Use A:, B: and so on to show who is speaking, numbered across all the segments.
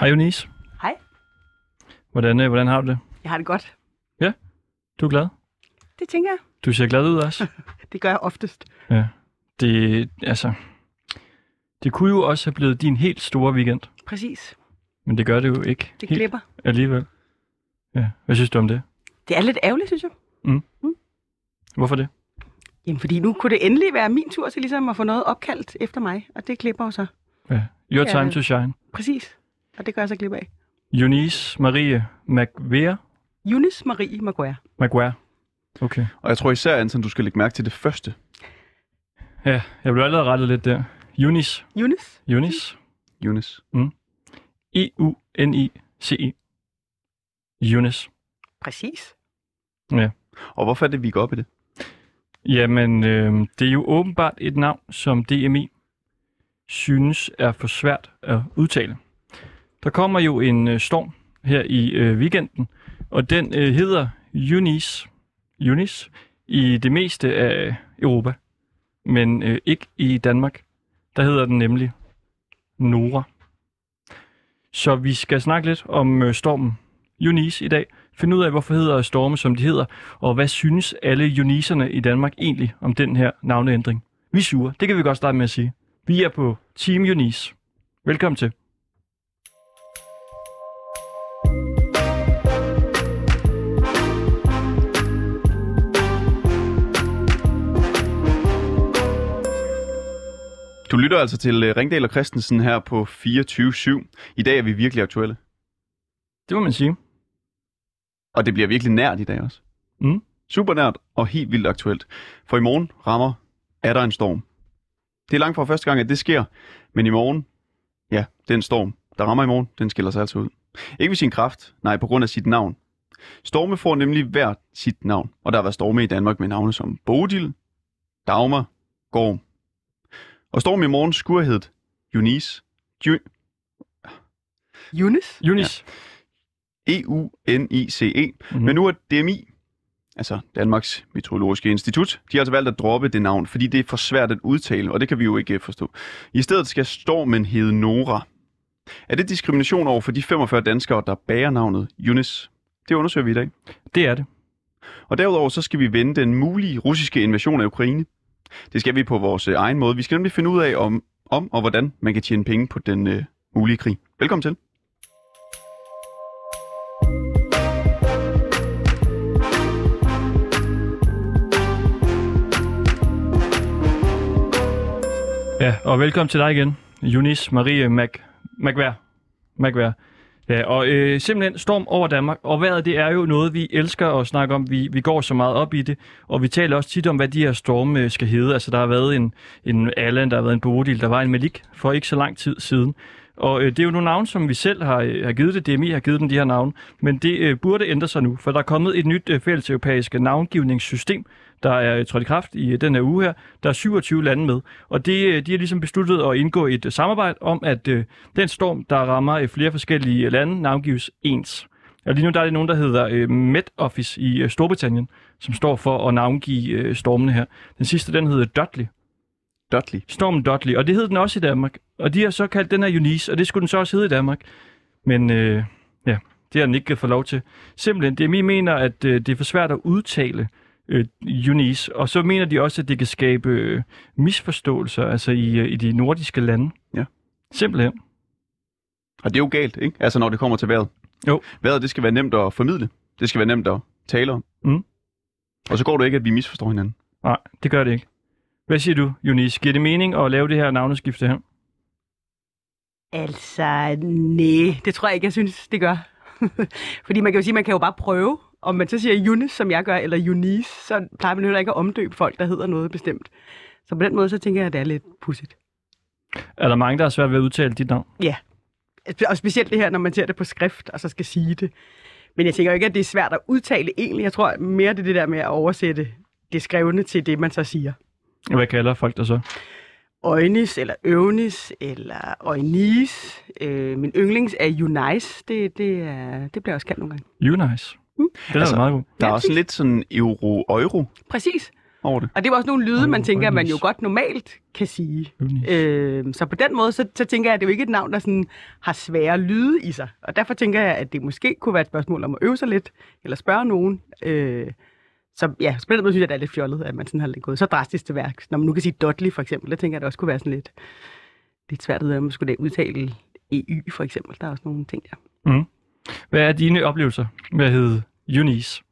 A: Hej Eunice.
B: Hej.
A: Hvordan, øh, hvordan har du det?
B: Jeg har det godt.
A: Du er glad?
B: Det tænker jeg.
A: Du ser glad ud også.
B: Det gør jeg oftest.
A: Det, altså, det kunne jo også have blevet din helt store weekend,
B: Præcis.
A: men det gør det jo ikke
B: Det
A: helt
B: glipper.
A: alligevel. Ja. Hvad synes du om det?
B: Det er lidt ærgerligt, synes jeg.
A: Hvorfor det?
B: Jamen, fordi nu kunne det endelig være min tur til ligesom at få noget opkaldt efter mig, og det klipper jo så.
A: Your
B: Ja.
A: time to shine.
B: Præcis. Og det gør jeg så glip af.
A: Eunice Marie McVeer.
B: Eunice Marie Maguire.
A: McGuire. Okay.
C: Og jeg tror især, Anton, du skal lægge mærke til det første.
A: Ja, jeg blev allerede rettet lidt der. Eunice.
B: Eunice?
A: Eunice.
C: Eunice.
A: E E-U-N-I-C-E. Eunice.
B: Præcis.
C: Og hvorfor er det, vi går op i det?
A: Jamen, øh, det er jo åbenbart et navn, som DMI synes er for svært at udtale. Der kommer jo en øh, storm her i øh, weekenden, og den øh, hedder Eunice, Eunice i det meste af Europa, men øh, ikke i Danmark. Der hedder den nemlig Nora. Så vi skal snakke lidt om øh, stormen Eunice i dag, finde ud af, hvorfor hedder storme, som de hedder, og hvad synes alle juniserne i Danmark egentlig om den her navneændring? Vi er sure, det kan vi godt starte med at sige. Vi er på Team Junis. Velkommen til.
C: Du lytter altså til øh, Ringdal og Christensen her på 24-7. I dag er vi virkelig aktuelle.
A: Det må man sige.
C: Og det bliver virkelig nært i dag også.
A: Mm.
C: Super nært og helt vildt aktuelt. For i morgen rammer er der en storm. Det er langt fra første gang, at det sker. Men i morgen, ja, den storm, der rammer i morgen, den skiller sig altså ud. Ikke ved sin kraft, nej, på grund af sit navn. Storme får nemlig hver sit navn. Og der har været storme i Danmark med navne som Bodil, Dagmar, Gorm. Og stormen i morgen skulle have heddet Eunice, Ju-
B: Eunice?
A: Junis.
C: E E-U-N-I-C-E.
A: Mhm.
C: Mm-hmm. Men nu er DMI, altså Danmarks Meteorologiske Institut, de har altså valgt at droppe det navn, fordi det er for svært at udtale, og det kan vi jo ikke øh, forstå. I stedet skal stormen hedde Nora. Er det diskrimination over for de 45 danskere, der bærer navnet Yunis? Det undersøger vi i dag.
A: Det er det.
C: Og derudover så skal vi vende den mulige russiske invasion af Ukraine. Det skal vi på vores øh, egen måde. Vi skal nemlig finde ud af, om, om og hvordan man kan tjene penge på den øh, mulige krig. Velkommen til.
A: Ja, og velkommen til dig igen, Junis Marie Mac Macvær. Macvær. Ja, og øh, simpelthen storm over Danmark, og vejret det er jo noget, vi elsker at snakke om. Vi, vi går så meget op i det, og vi taler også tit om, hvad de her storme øh, skal hedde. Altså, der har været en, en Allan, der har været en Bodil, der var en Malik for ikke så lang tid siden. Og øh, det er jo nogle navne, som vi selv har, øh, har givet det. DMI har givet dem de her navne. Men det øh, burde ændre sig nu, for der er kommet et nyt øh, fælles europæisk navngivningssystem, der er øh, trådt i kraft i øh, den her uge her. Der er 27 lande med, og det, øh, de har ligesom besluttet at indgå et øh, samarbejde om, at øh, den storm, der rammer øh, flere forskellige lande, navngives ens. Og lige nu der er det nogen, der hedder øh, Met Office i øh, Storbritannien, som står for at navngive øh, stormene her. Den sidste, den hedder Dudley.
C: Dudley.
A: Stormen Dudley, og det hed den også i Danmark. Og de har så kaldt den her Eunice, og det skulle den så også hedde i Danmark. Men øh, ja, det har den ikke fået lov til. Simpelthen, DMI mener, at øh, det er for svært at udtale øh, Eunice, og så mener de også, at det kan skabe øh, misforståelser altså i, øh, i de nordiske lande.
C: Ja.
A: Simpelthen.
C: Og det er jo galt, ikke? Altså når det kommer til vejret.
A: Jo.
C: Vejret, det skal være nemt at formidle. Det skal være nemt at tale om.
A: Mm.
C: Og så går det ikke, at vi misforstår hinanden.
A: Nej, det gør det ikke. Hvad siger du, Eunice? Giver det mening at lave det her navneskifte her?
B: Altså, nej, det tror jeg ikke, jeg synes, det gør. Fordi man kan jo sige, man kan jo bare prøve. Om man så siger Eunice, som jeg gør, eller Eunice, så plejer man jo heller ikke at omdøbe folk, der hedder noget bestemt. Så på den måde, så tænker jeg, at det er lidt pudsigt.
A: Er der mange, der har svært ved at udtale dit navn?
B: Og specielt det her, når man ser det på skrift, og så skal sige det. Men jeg tænker jo ikke, at det er svært at udtale egentlig. Jeg tror mere, det er det der med at oversætte det skrevne til det, man så siger.
A: Og Hvad kalder folk dig så?
B: Øjnis, eller Øvnis, eller Øjnis. Øh, min yndlings er Unice. Det, det, er, det bliver også kaldt nogle gange.
A: Eunice.
B: Mm.
A: Det er da
C: Altså,
A: meget god.
C: Der er
B: Ja,
C: også sådan lidt sådan euro-euro.
B: Præcis.
C: over det.
B: Og det var også nogle lyde,
A: Åh,
B: man tænker, at man jo
A: Rønnis.
B: godt normalt kan sige.
A: Rønnis.
B: Øh, så på den måde, så, så tænker jeg, at det er jo ikke et navn, der sådan har svære lyde i sig. Og derfor tænker jeg, at det måske kunne være et spørgsmål om at øve sig lidt, eller spørge nogen. Øh, så ja, så på den måde synes jeg, at det er lidt fjollet, at man sådan har gået så drastisk til værk. Når man nu kan sige Dudley for eksempel, det tænker jeg, at det også kunne være sådan lidt, lidt svært at vide, om man skulle udtale EU for eksempel. Der er også nogle ting der.
A: Mm. Hvad er dine oplevelser med at hedde Eunice?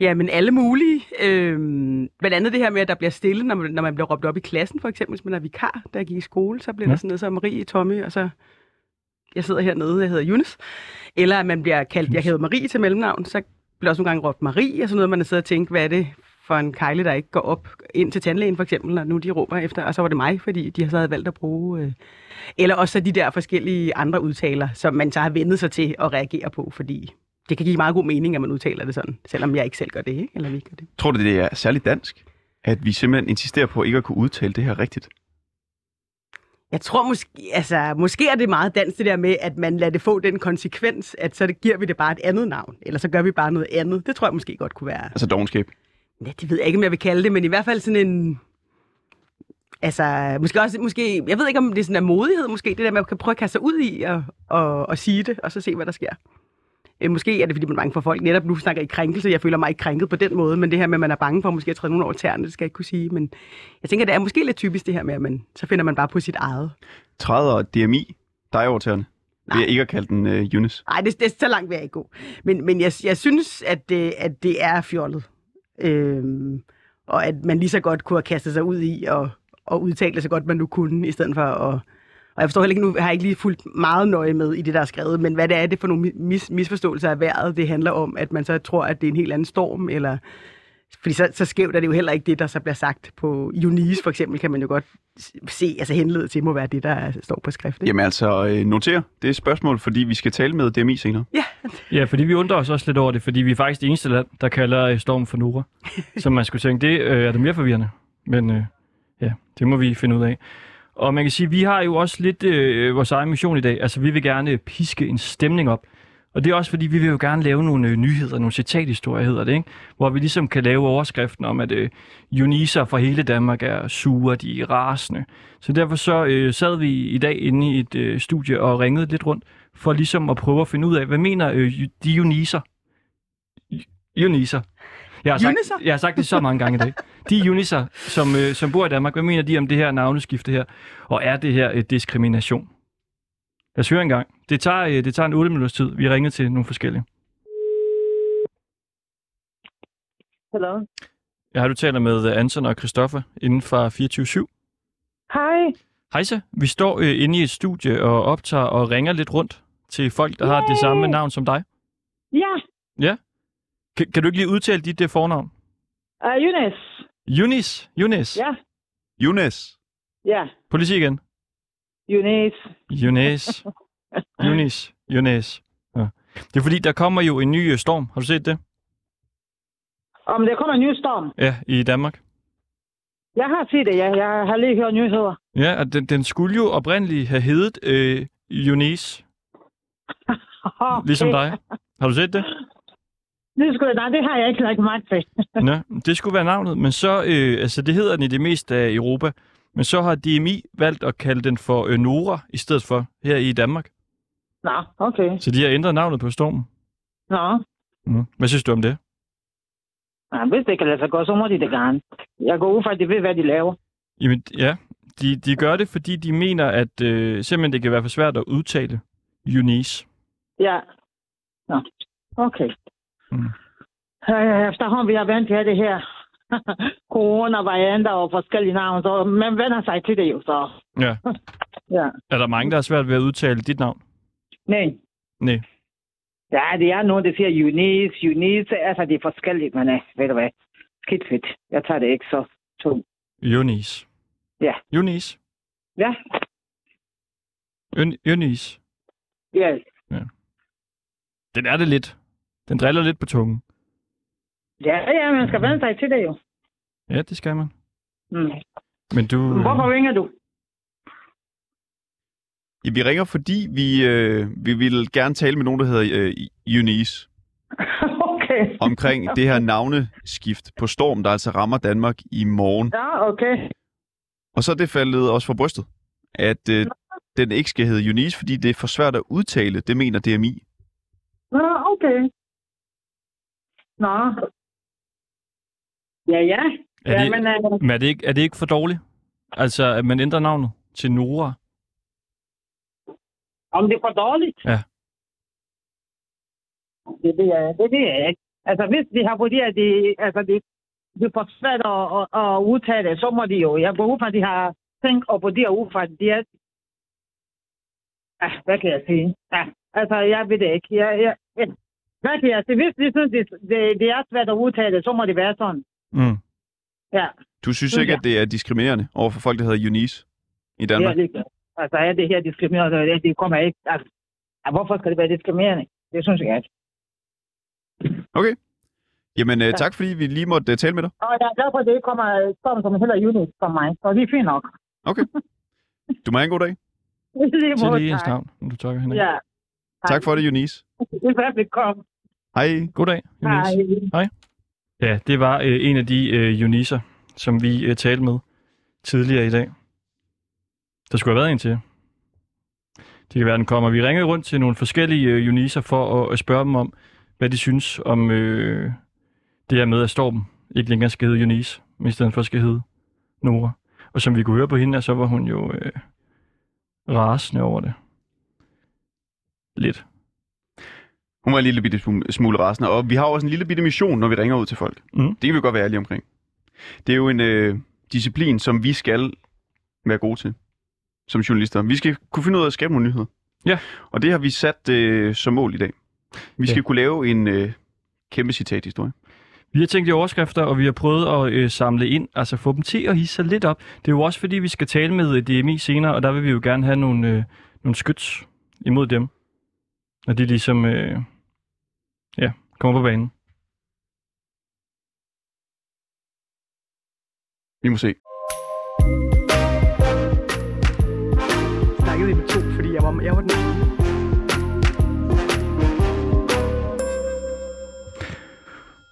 B: Ja, men alle mulige. Øhm, blandt andet det her med, at der bliver stille, når man, når man bliver råbt op i klassen, for eksempel, hvis man er vikar, der gik i skole, så bliver ja.
A: Ja.
B: der sådan noget som Marie, Tommy, og så jeg sidder hernede, jeg hedder Junes. Eller at man bliver kaldt, jeg hedder Marie til mellemnavn, så bliver også nogle gange råbt Marie, og sådan noget, man er siddet og tænkt, hvad er det for en kejle, der ikke går op ind til tandlægen, for eksempel, når nu de råber efter, og så var det mig, fordi de har så havde valgt at bruge... Øh, eller også så de der forskellige andre udtaler, som man så har vendet sig til at reagere på, fordi det kan give meget god mening, at man udtaler det sådan, selvom jeg ikke selv gør det, ikke? eller vi ikke gør det.
C: Tror du, det er særligt dansk? At vi simpelthen insisterer på ikke at kunne udtale det her rigtigt?
B: Jeg tror måske, altså, måske er det meget dansk det der med, at man lader det få den konsekvens, at så det- giver vi det bare et andet navn, eller så gør vi bare noget andet. Det tror jeg måske godt kunne være.
C: Altså dogenskab.
B: Ja, det ved jeg ikke, om jeg vil kalde det, men i hvert fald sådan en... Altså, måske også, måske, jeg ved ikke, om det er sådan en modighed, måske, det der, man kan prøve at kaste sig ud i og, og, og sige det, og så se, hvad der sker. Øh, måske er det, fordi man er bange for at folk. Netop nu snakker I krænkelse, jeg føler mig ikke krænket på den måde, men det her med, at man er bange for måske at træde nogen over tæerne, det skal jeg ikke kunne sige. Men jeg tænker, det er måske lidt typisk det her med, at man, så finder man bare på sit eget.
C: 30 og DMI, dig over tæerne. Ved
B: Nej.
C: ikke at kalde den uh, Eunice.
B: Nej, det, det, så langt vil jeg ikke gå. Men, men jeg, jeg synes, at det, at det er fjollet. Øhm, og at man lige så godt kunne have kastet sig ud i og, og udtale det så godt, man nu kunne, i stedet for at... Og jeg forstår heller ikke, nu har jeg ikke lige fulgt meget nøje med i det, der er skrevet, men hvad det er, det er for nogle mis, misforståelser af vejret, det handler om, at man så tror, at det er en helt anden storm, eller... Fordi så, så skævt er det jo heller ikke det, der så bliver sagt på Eunice, for eksempel, kan man jo godt se, altså henlede til, må være det, der er- står på skrift. Ikke?
C: Jamen altså, øh, noter det er et spørgsmål, fordi vi skal tale med DMI senere.
B: Ja,
A: Ja, fordi vi undrer os også lidt over det, fordi vi er faktisk det eneste land, der kalder øh, stormen for Nora. Så man skulle tænke, det øh, er det mere forvirrende. Men øh, ja, det må vi finde ud af. Og man kan sige, vi har jo også lidt øh, vores egen mission i dag. Altså, vi vil gerne piske en stemning op. Og det er også fordi, vi vil jo gerne lave nogle øh, nyheder, nogle citathistorier hedder det, ikke? hvor vi ligesom kan lave overskriften om, at øh, Uniser fra hele Danmark er sure, de er rasende. Så derfor så øh, sad vi i dag inde i et øh, studie og ringede lidt rundt, for ligesom at prøve at finde ud af, hvad mener øh, ju- de Uniser? Ju- Uniser. Jeg har, sagt,
B: Uniser?
A: jeg har sagt det så mange gange i dag. De Uniser, som, øh, som bor i Danmark, hvad mener de om det her navneskifte her? Og er det her øh, diskrimination? Lad os høre en gang. Det tager, øh, det tager en 8 minutters tid. Vi ringer til nogle forskellige.
D: Hallo.
A: Jeg har du taler med øh, Anton og Christoffer inden fra 24
D: Hej.
A: Hejsa, vi står øh, inde i et studie og optager og ringer lidt rundt til folk, der har det
D: Yay!
A: samme navn som dig.
D: Ja,
A: Kan, kan du ikke lige udtale dit det fornavn?
D: uh, Yunus.
A: Yunis, Yunis.
D: Ja,
C: Eunice.
D: ja.
A: Prøv lige at sige igen.
D: Yunus.
A: Yunis, Yunis, Yunis. Ja. Det er fordi, der kommer jo en ny øh, storm. Har du set det?
D: Om der kommer en ny storm.
A: Ja, i Danmark.
D: Jeg har set det, ja. Jeg har lige hørt nyheder.
A: Ja, og den, den skulle jo oprindeligt have heddet øh, Yunis,
D: Okay.
A: ligesom dig. Har du set det?
D: Det skulle, nej, det har jeg ikke lagt mærke til.
A: Nå, det skulle være navnet, men så, øh, altså det hedder den i det meste af Europa, men så har DMI valgt at kalde den for øh, Nora i stedet for her i Danmark.
D: Nå, okay.
A: Så de har ændret navnet på stormen.
D: Nå.
A: Mm. Hvad synes du om det?
D: Ja, hvis det kan lade sig gå, så må de det gerne. Jeg går ud fra, at de ved, hvad de laver.
A: Jamen, ja, de, de gør det, fordi de mener, at øh, simpelthen det kan være for svært at udtale Eunice.
D: Ja. Nå, okay.
A: Mm.
D: Mm. Øh, efterhånden vi har vant til det her corona-varianter og forskellige navne, så man vender sig til det jo så.
A: Ja.
D: ja.
A: Er der mange, der har svært ved at udtale dit navn?
D: Nej.
A: Nej.
D: Ja, det er nogen, der siger Unis, Unis, altså det er forskelligt, men uh, ved du hvad, skidt fedt. Jeg tager det ikke så tungt.
A: Eunice.
D: Ja.
A: Eunice.
D: Ja,
A: Eun- Eunice.
D: ja,
A: Den er det lidt. Den driller lidt på tungen.
D: ja, ja man skal vende sig til det jo.
A: Ja, det skal man.
D: Mm.
A: Men du... øh,
D: Hvorfor ringer du?
C: Ja, vi ringer, fordi vi, øh, vi vil gerne tale med nogen, der hedder øh, Eunice.
D: okay. okay.
C: omkring det her navneskift på Storm, der altså rammer Danmark i morgen.
D: Ja, okay.
C: Og så er det faldet også for brystet, at øh, den ikke skal hedde Eunice, fordi det er for svært at udtale, det mener DMI.
D: Nå, okay. Nå. Ja, ja.
A: Er det,
D: Jamen, øh,
A: men er det, ikke, er det ikke for dårligt? Altså, at man ændrer navnet til Nora?
D: om det er for dårligt?
A: Ja.
D: Det ved jeg, det ved jeg ikke. Altså, hvis de har vurderet, at det, altså, det, det er for svært at, at, at udtale det, så må de jo. Jeg går ud fra, at de har tænkt og vurderet ud fra, at de er... Ah, hvad kan jeg sige? Ah, altså, jeg ved det ikke. Jeg, jeg, jeg, hvad kan jeg sige? Hvis de synes, det, det, det er svært at udtale det, så må det være sådan.
A: Mm.
D: Ja.
C: Du synes ikke, at det er diskriminerende over for folk, der hedder Eunice i
D: Det er
C: Danmark?
D: ligeglad. Altså, er det her diskriminerende? eller Det, det kommer ikke. Altså, ja, hvorfor skal det være diskriminerende? Det synes jeg ikke.
C: Jamen, øh, tak fordi vi lige måtte øh, tale med dig.
D: Og jeg er glad for, at det ikke kommer øh, som, som heller unit for mig. Så det er fint nok.
C: Du må have en god dag.
D: Lige
A: Sig
D: måde,
A: lige hendes
D: tak.
A: navn, når du takker hende.
D: Ja,
C: Tak for det, Eunice.
D: det er fandme kom.
C: Hej.
A: Goddag, Eunice.
D: Hej.
A: Ja, det var øh, en af de øh, Eunicer, som vi øh, talte med tidligere i dag. Der skulle have været en til. Det kan være, den kommer. Vi ringede rundt til nogle forskellige øh, Eunicer for at, at spørge dem om, hvad de synes om øh, det her med, at Stormen ikke længere skal hedde Eunice, men i stedet for skal hedde Nora. Og som vi kunne høre på hende, så var hun jo øh, rasende over det. Lidt.
C: Hun var en lille bitte smu- smule rasende, og vi har jo også en lille bitte mission, når vi ringer ud til folk.
A: Mm.
C: Det kan vi godt være ærlige omkring. Det er jo en øh, disciplin, som vi skal være gode til som journalister. Vi skal kunne finde ud af at skabe nogle nyheder.
A: Ja.
C: Og det har vi sat øh, som mål i dag. Vi skal
A: Ja.
C: ja. kunne lave en øh, kæmpe citathistorie.
A: Vi har tænkt i overskrifter, og vi har prøvet at øh, samle ind, altså få dem til at hisse sig lidt op. Det er jo også fordi, vi skal tale med øh, DMI senere, og der vil vi jo gerne have nogle, øh, nogle skyts imod dem. Når de ligesom øh, ja, kommer på banen.
C: Vi må se.
B: snakkede i to, fordi jeg var, jeg var den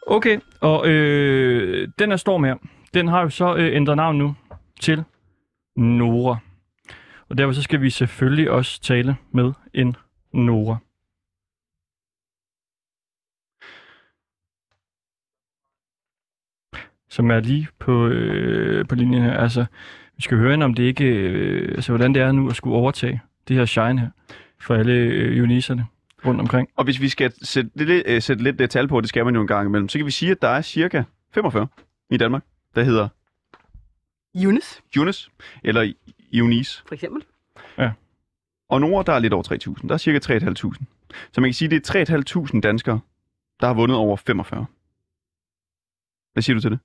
A: Okay, og øh, den her storm her, den har jo så øh, ændret navn nu til Nora. Og derfor så skal vi selvfølgelig også tale med en Nora. Som er lige på, øh, på linjen her. Altså, vi skal høre hende, om det ikke, øh, altså, hvordan det er nu at skulle overtage det her shine her for alle øh, uniserne rundt omkring.
C: Og hvis vi skal sætte lidt, øh, sætte lidt øh, tal på, det skal man jo en gang imellem, så kan vi sige, at der er cirka 45 i Danmark, der hedder
B: Eunice,
C: Jonas eller Eunice.
B: for eksempel.
C: Og Nora, der er lidt over 3.000. Der er cirka 3.500. Så man kan sige, at det er 3.500 danskere, der har vundet over 45. Hvad siger du til det?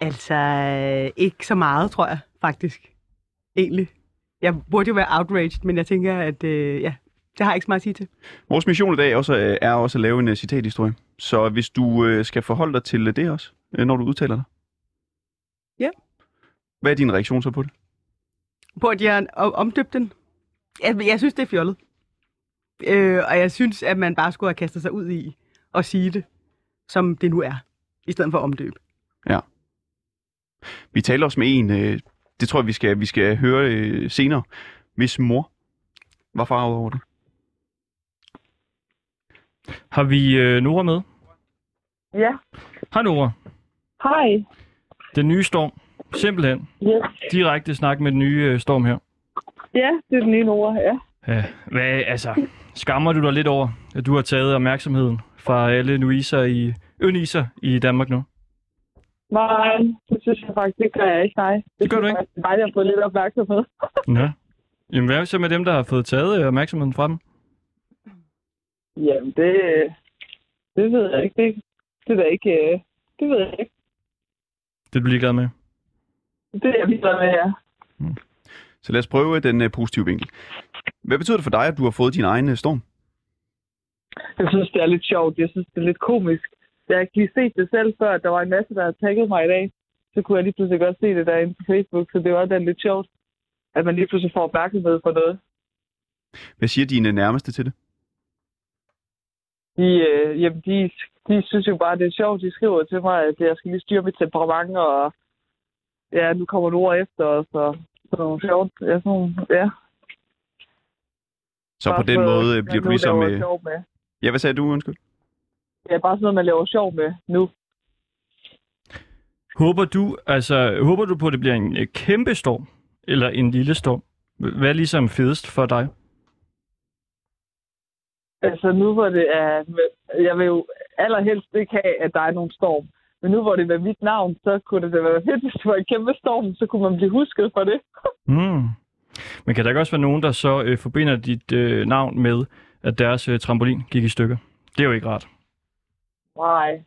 B: Altså, øh, ikke så meget, tror jeg, faktisk. Egentlig. Jeg burde jo være outraged, men jeg tænker, at øh, ja, det har jeg ikke så meget at sige til.
C: Vores mission i dag er også, øh, er også at lave en øh, citathistorie. Så hvis du øh, skal forholde dig til øh, det også, øh, når du udtaler dig.
B: Ja.
C: Hvad er din reaktion så på det?
B: På at jeg o- omdøbte den. Jeg, jeg synes, det er fjollet. Øh, og jeg synes, at man bare skulle have kastet sig ud i at sige det, som det nu er, i stedet for at omdøbe.
C: Vi taler også med en, øh, det tror jeg, vi skal, vi skal høre øh, senere, hvis mor var farvet over det.
A: Har vi øh, Nora med?
D: Ja.
A: Hej Nora.
D: Hej.
A: Den nye storm. Simpelthen.
D: Yes.
A: Direkte snak med den nye øh, storm her.
D: Ja, det er den nye Nora, ja.
A: Ja. Hvad, altså, skammer du dig lidt over, at du har taget opmærksomheden fra alle nuiser i, øniser i Danmark nu?
D: Nej, det synes jeg faktisk ikke, jeg ikke. Nej.
A: Det gør du ikke?
D: Nej, jeg har fået lidt opmærksomhed.
A: Ja. Jamen, hvad så med dem, der har fået taget øh, opmærksomheden fra dem?
D: Jamen, det, det ved jeg ikke. Det, det ved jeg ikke. øh, Det ved jeg ikke.
A: Det er du ligeglad med.
D: Det er jeg videre med, ja.
C: Så lad os prøve den øh, positive vinkel. Hvad betyder det for dig, at du har fået din egen øh, storm?
D: Jeg synes, det er lidt sjovt. Jeg synes, det er lidt komisk. Jeg har ikke lige set det selv før. Der var en masse, der havde tagget mig i dag. Så kunne jeg lige pludselig godt se det derinde på Facebook. Så det var da lidt sjovt, at man lige pludselig får opmærksomhed for noget.
C: Hvad siger dine nærmeste til det?
D: de, øh, jamen, de, de synes jo bare, det er sjovt. De skriver til mig, at jeg skal lige styre mit temperament, og ja, nu kommer du ord efter, og så sådan nogle sjovt. Ja, sådan, nogle- ja.
C: Så på
D: Bare
C: den
D: sådan noget,
C: måde øh,
D: man
C: bliver du
D: nu
C: ligesom...
D: laver
C: Øh,
D: sjov med.
C: ja, hvad sagde du, undskyld?
D: Ja, bare sådan noget, man laver sjov med nu.
A: Håber du, altså, håber du på, at det bliver en øh, kæmpe storm, eller en lille storm? Hvad er ligesom fedest for dig?
D: Altså nu hvor det er, jeg vil jo allerhelst ikke have, at der er nogen storm. Men nu hvor det var mit navn, så kunne det da være fedt, hvis det var en kæmpe storm, så kunne man blive husket for det.
A: Mm. Men kan der ikke også være nogen, der så øh, forbinder dit øh, navn med, at deres øh, trampolin gik i stykker? Det er jo ikke rart.
D: Nej,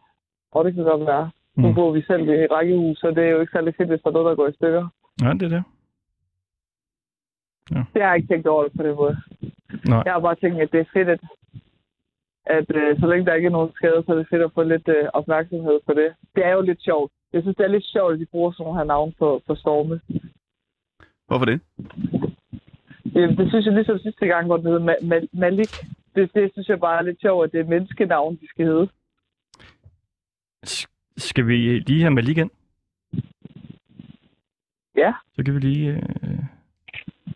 D: og det kan godt være. Nu
A: Mm.
D: bor vi selv i et rækkehus, så det er jo ikke særlig fedt, hvis der er noget, der går i stykker.
A: Nej, det er det.
D: Det har jeg ikke tænkt over det på den måde.
A: Nej.
D: Jeg har bare tænkt, at det er fedt, at, at øh, så længe der ikke er nogen skade, så er det fedt at få lidt øh, opmærksomhed på det. Det er jo lidt sjovt. Jeg synes, det er lidt sjovt, at de bruger sådan nogle her navne på, på storme.
C: Hvorfor det?
D: Jamen, det synes jeg ligesom sidste gang, hvor den hed Ma- Ma- Malik. Det, det synes jeg bare er lidt sjovt, at det er menneskenavn, de skal hedde.
A: S- skal vi lige have Malik ind?
D: Ja.
A: Så kan vi lige øh,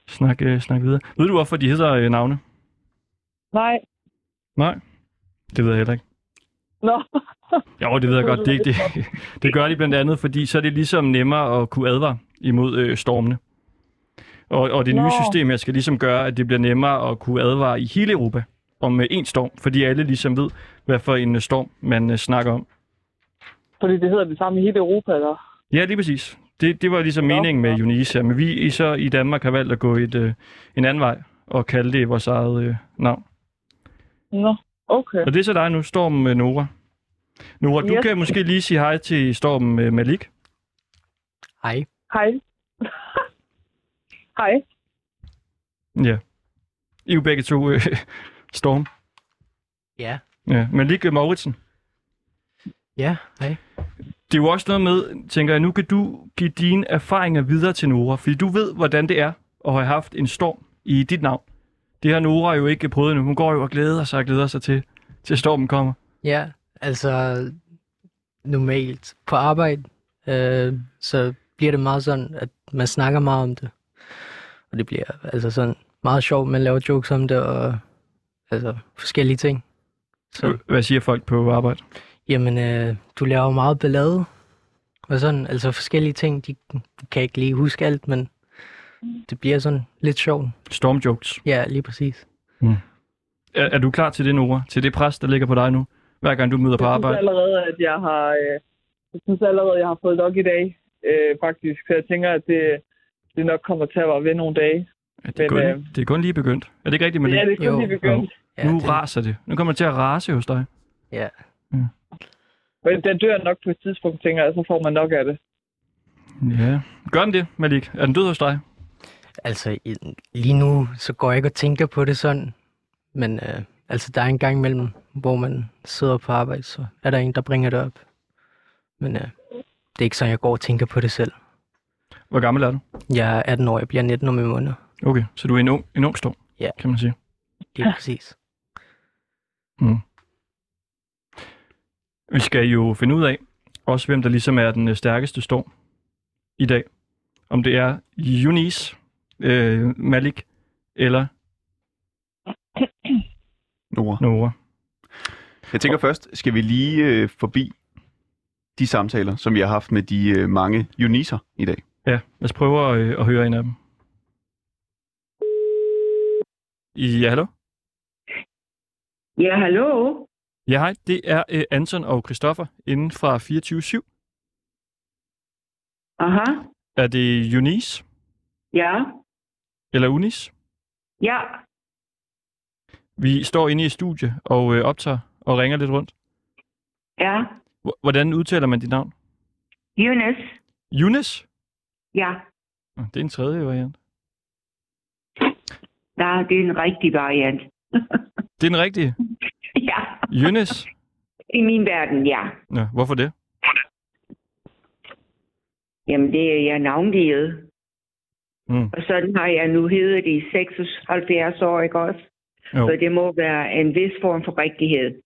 A: snakke, øh, snakke videre. Ved du, hvorfor de hedder øh, navne?
D: Nej.
A: Nej, det ved jeg heller ikke.
D: Nå.
A: Jo, det ved jeg godt. Det, det, det gør de blandt andet, fordi så er det ligesom nemmere at kunne advare imod øh, stormene. Og, og det nye
D: Nå.
A: system her skal ligesom gøre, at det bliver nemmere at kunne advare i hele Europa om øh, én storm, fordi alle ligesom ved, hvad for en øh, storm man øh, snakker om.
D: Fordi det hedder det samme i hele Europa, eller?
A: Ja, lige præcis. Det, det var ligesom
D: Nå,
A: meningen med
D: nå.
A: Unis her, men vi i så i Danmark har valgt at gå et, øh, en anden vej og kalde det vores eget øh, navn.
D: Nå, okay.
A: Og det er så dig nu, Storm øh, Nora. Nora, du
D: Yes.
A: kan måske lige sige hej til Storm øh, Malik.
B: Hej.
D: Hej. Hej.
A: Ja. I er jo begge to øh, Storm.
B: Ja.
A: Ja, Malik øh, Mauritsen.
B: Ja, hej.
A: Det er jo også noget med, tænker jeg, nu kan du give dine erfaringer videre til Nora, fordi du ved, hvordan det er at have haft en storm i dit navn. Det har Nora jo ikke prøvet nu. Hun går jo og glæder sig og glæder sig til, til stormen kommer.
E: Ja, altså normalt på arbejde, øh, så bliver det meget sådan, at man snakker meget om det. Og det bliver altså sådan meget sjovt, man laver jokes om det og altså forskellige ting. Så,
A: Hvad siger folk på arbejde?
E: jamen, øh, du laver meget ballade og sådan, altså forskellige ting. De, de kan ikke lige huske alt, men det bliver sådan lidt sjovt.
A: Stormjokes.
E: Ja, lige præcis.
A: Er, er du klar til det, Nora? Til det pres, der ligger på dig nu? Hver gang du møder på
D: Jeg synes
A: arbejde?
D: allerede, at jeg har, øh, jeg synes allerede, at jeg har fået nok i dag, øh, faktisk. Så jeg tænker, at det, det nok kommer til at være ved nogle dage.
A: Ja, det, er kun,
D: men, øh,
A: lige- det er kun lige begyndt. Er det ikke rigtigt,
D: Men
A: Malik?
D: ja, det er
E: Jo.
D: kun lige begyndt.
E: Ja,
A: nu
E: det,
A: raser det. Nu kommer det til at rase hos dig.
D: Men den dør nok på et tidspunkt, tænker jeg, og så får man nok af det.
A: Ja. Gør den det, Malik? Er den død hos dig?
E: Altså, i- lige nu, så går jeg ikke og tænker på det sådan. Men øh, altså, der er en gang imellem, hvor man sidder på arbejde, så er der en, der bringer det op. Men øh, det er ikke sådan, jeg går og tænker på det selv.
A: Hvor gammel er du?
E: Jeg er 18 år, jeg bliver 19 om en måned.
A: Okay, så du er en ung, en ung storm,
E: Ja.
A: kan man sige.
E: Lige præcis.
A: Vi skal jo finde ud af, også hvem der ligesom er den øh, stærkeste storm i dag. Om det er Yunis, øh, Malik eller
C: Nora.
A: Nora.
C: Jeg tænker først, skal vi lige øh, forbi de samtaler, som vi har haft med de øh, mange uniser i dag.
A: Ja, lad os prøve at, øh, at høre en af dem. Ja, hallo?
F: Ja, hallo.
A: Ja, hej. Det er øh, Anton og Christoffer inden fra 24-7.
F: Aha.
A: Er det Yunis
F: Ja.
A: eller Unis?
F: Ja.
A: Vi står inde i et studie og øh, optager og ringer lidt rundt.
F: Ja.
A: H- hvordan udtaler man dit navn?
F: Eunice.
A: Yunis?
F: Ja.
A: Nå, Det er en tredje variant.
F: Nej, det er en rigtig variant.
A: Det er den rigtige.
F: ja.
A: Yunis?
F: I min verden, ja.
A: Nå, hvorfor det?
F: Jamen, det er jeg navngivet.
A: Mm.
F: Og sådan har jeg nu heddet i 76 år, ikke også?
A: Jo.
F: Så det må være en vis form for rigtighed.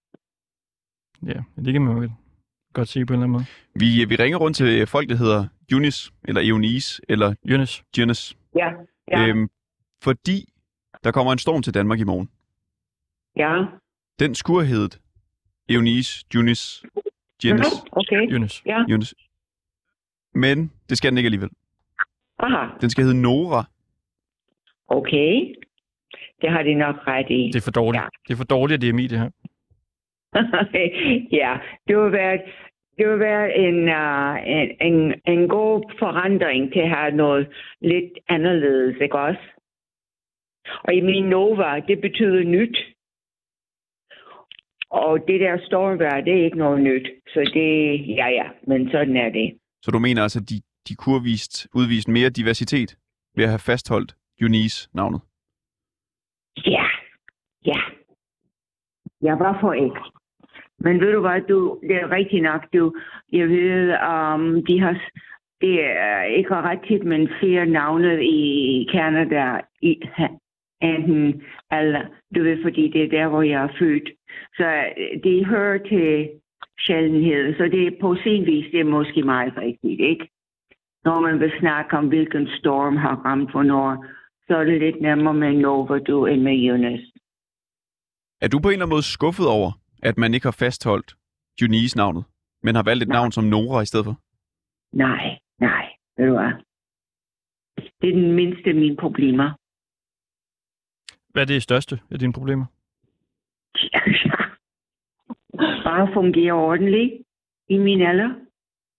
A: Ja, det kan man vel godt sige på en eller anden måde.
C: Vi, vi ringer rundt til folk, der hedder Eunice, eller Eunice, eller
A: Jonas,
C: Jonas.
F: Ja, ja,
C: Øhm, fordi der kommer en storm til Danmark i morgen.
F: ja.
C: Den skulle have heddet Eunice, Junis, Jennis,
F: Mhm, Okay,
A: Jonas.
F: ja.
C: Jonas. Men det skal den ikke alligevel.
F: Aha,
C: Den skal hedde Nora.
F: okay. Det har de nok ret i.
A: Det er for dårligt.
F: Ja.
A: Det er for dårligt, at det er mig, det her.
F: ja, det har været, det har været en, uh, en, en, en god forandring til at have noget lidt anderledes, ikke også? Og i min Nova, det betyder nyt. Og det der stormvejr, det er ikke noget nyt. Så det, ja ja, men sådan er det.
C: Så du mener altså, at de, de kunne have vist, udvist mere diversitet ved at have fastholdt Eunice-navnet?
F: Ja, ja. Ja, hvorfor ikke? Men ved du hvad, du, det er rigtigt nok, du. Jeg ved, um, de har, s- det er ikke rigtigt, men flere navne i Canada, i, ha- enten eller, du ved, fordi det er der, hvor jeg er født. Så øh, det hører til sjældenhed, så det er på sin vis, det er måske meget rigtigt, ikke? Når man vil snakke om, hvilken storm har ramt hvornår, så er det lidt nemmere med Nova, du, end med Jonas.
C: Er du på en eller anden måde skuffet over, at man ikke har fastholdt Eunice-navnet, men har valgt et
F: Nej.
C: navn som Nora i stedet for?
F: Nej, nej, ved du hvad? Det er den mindste af mine problemer.
A: Hvad er det største af dine problemer?
F: Bare fungere ordentligt i min alder.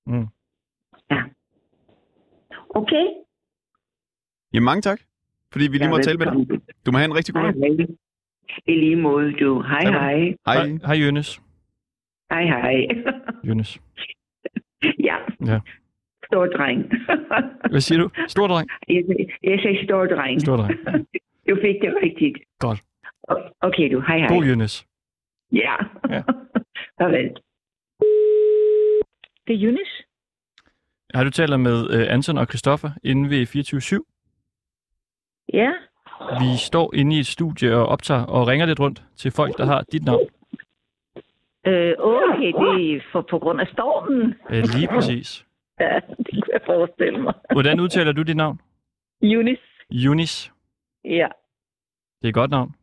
A: Mm.
F: Ja. Okay.
C: Jamen mange tak, fordi vi lige må tale med dig. Du må have en rigtig god dag.
F: Hej, I lige måde, du. Hej,
C: Tak.
F: hej.
C: Hej.
A: Hej, Jonas.
F: Hej, hej.
A: Jonas.
F: ja.
A: Ja.
F: Stor dreng.
A: Hvad siger du? Stor dreng.
F: jeg, sag- jeg sagde stor dreng.
A: Stor dreng.
F: Du fik det rigtigt.
A: Godt.
F: O- Okay, du. Hej, hej.
A: God Jonas.
F: Ja.
A: Ja.
F: Farvel.
G: Det er Yunis.
A: Har du talt med øh, Anton og Christoffer inde ved 24
G: Ja,
A: Vi står inde i et studie og optager og ringer lidt rundt til folk, der har dit navn.
G: øh, okay, det er for, på grund af stormen.
A: Øh, lige præcis.
G: Ja, det kunne jeg forestille mig.
A: Hvordan udtaler du dit navn?
G: Yunis.
A: Junis.
G: Ja,
A: Det er et godt navn.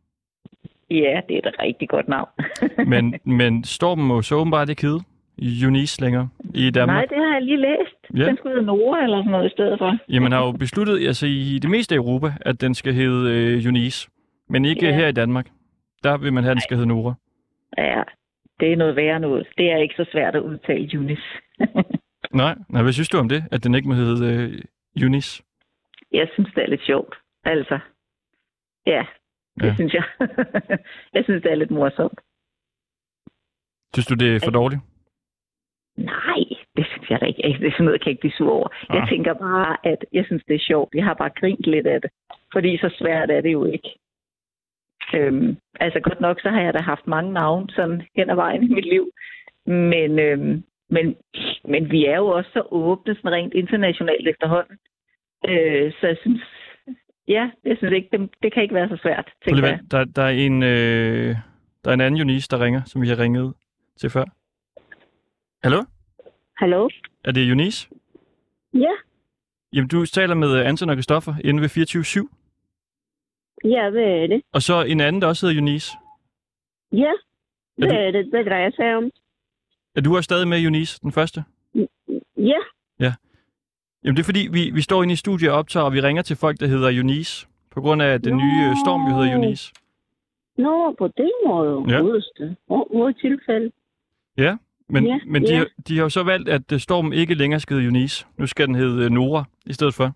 G: ja det er et rigtig godt navn.
A: Men, men stormen må så åbenbart ikke hedde Junis længere i Danmark.
G: Nej, det har jeg lige læst.
A: Ja.
G: Den skulle hedde Nora eller sådan noget i stedet for.
A: Jamen har jo besluttet altså, i det meste af Europa, at den skal hedde øh, Eunice. Men ikke
G: Ja.
A: her i Danmark. Der vil man have, at den skal hedde Nora.
G: Ja, det er noget værre noget. Det er ikke så svært at udtale Yunis.
A: Nej, nej, hvad synes du om det? At den ikke må hedde øh, Eunice?
G: Jeg synes, det er lidt sjovt. Altså, ja, det
A: Ja.
G: ja. synes jeg. jeg synes, det er lidt morsomt.
A: Synes du, det er for dårligt?
G: Nej, det synes jeg da ikke. Det er sådan noget, jeg kan ikke blive sur over. Jeg
A: Ah.
G: tænker bare, at jeg synes, det er sjovt. Jeg har bare grint lidt af det. Fordi så svært er det jo ikke. Øhm, altså godt nok, så har jeg da haft mange navne sådan hen ad vejen i mit liv. Men, øhm, men, men vi er jo også så åbne sådan rent internationalt efterhånden. Øh, så jeg synes, ja, jeg synes ikke, det, det kan ikke være så svært,
A: Prøv lige
G: tænker jeg.
A: vent, der, der, er en, øh, der er en anden Eunice, der ringer, som vi har ringet til før. Hallo?
G: Hallo?
A: Er det Eunice?
G: Ja,
A: Jamen, du taler med øh, Anton og Christoffer inde ved 24-7.
G: ja, hvad er det?
A: Og så en anden, der også hedder Eunice.
G: Ja,
A: Er
G: hvad
A: du-
G: er det, hvad drejer sig om?
A: Er du også stadig med Eunice, den første?
G: Mm. Ja,
A: Jamen, det er fordi, vi, vi står inde i studiet og optager, og vi ringer til folk, der hedder Eunice. På grund af den nye øh, storm, vi hedder
G: Nå.
A: Eunice.
G: Nå, på den måde.
A: Ja.
G: Ja. Godeste. Hvor, hvor tilfælde?
A: Men,
G: Ja,
A: men de,
G: ja.
A: har- de har jo så valgt, at øh, stormen ikke længere skal hedde Eunice. Nu skal den hedde øh, Nora i stedet for.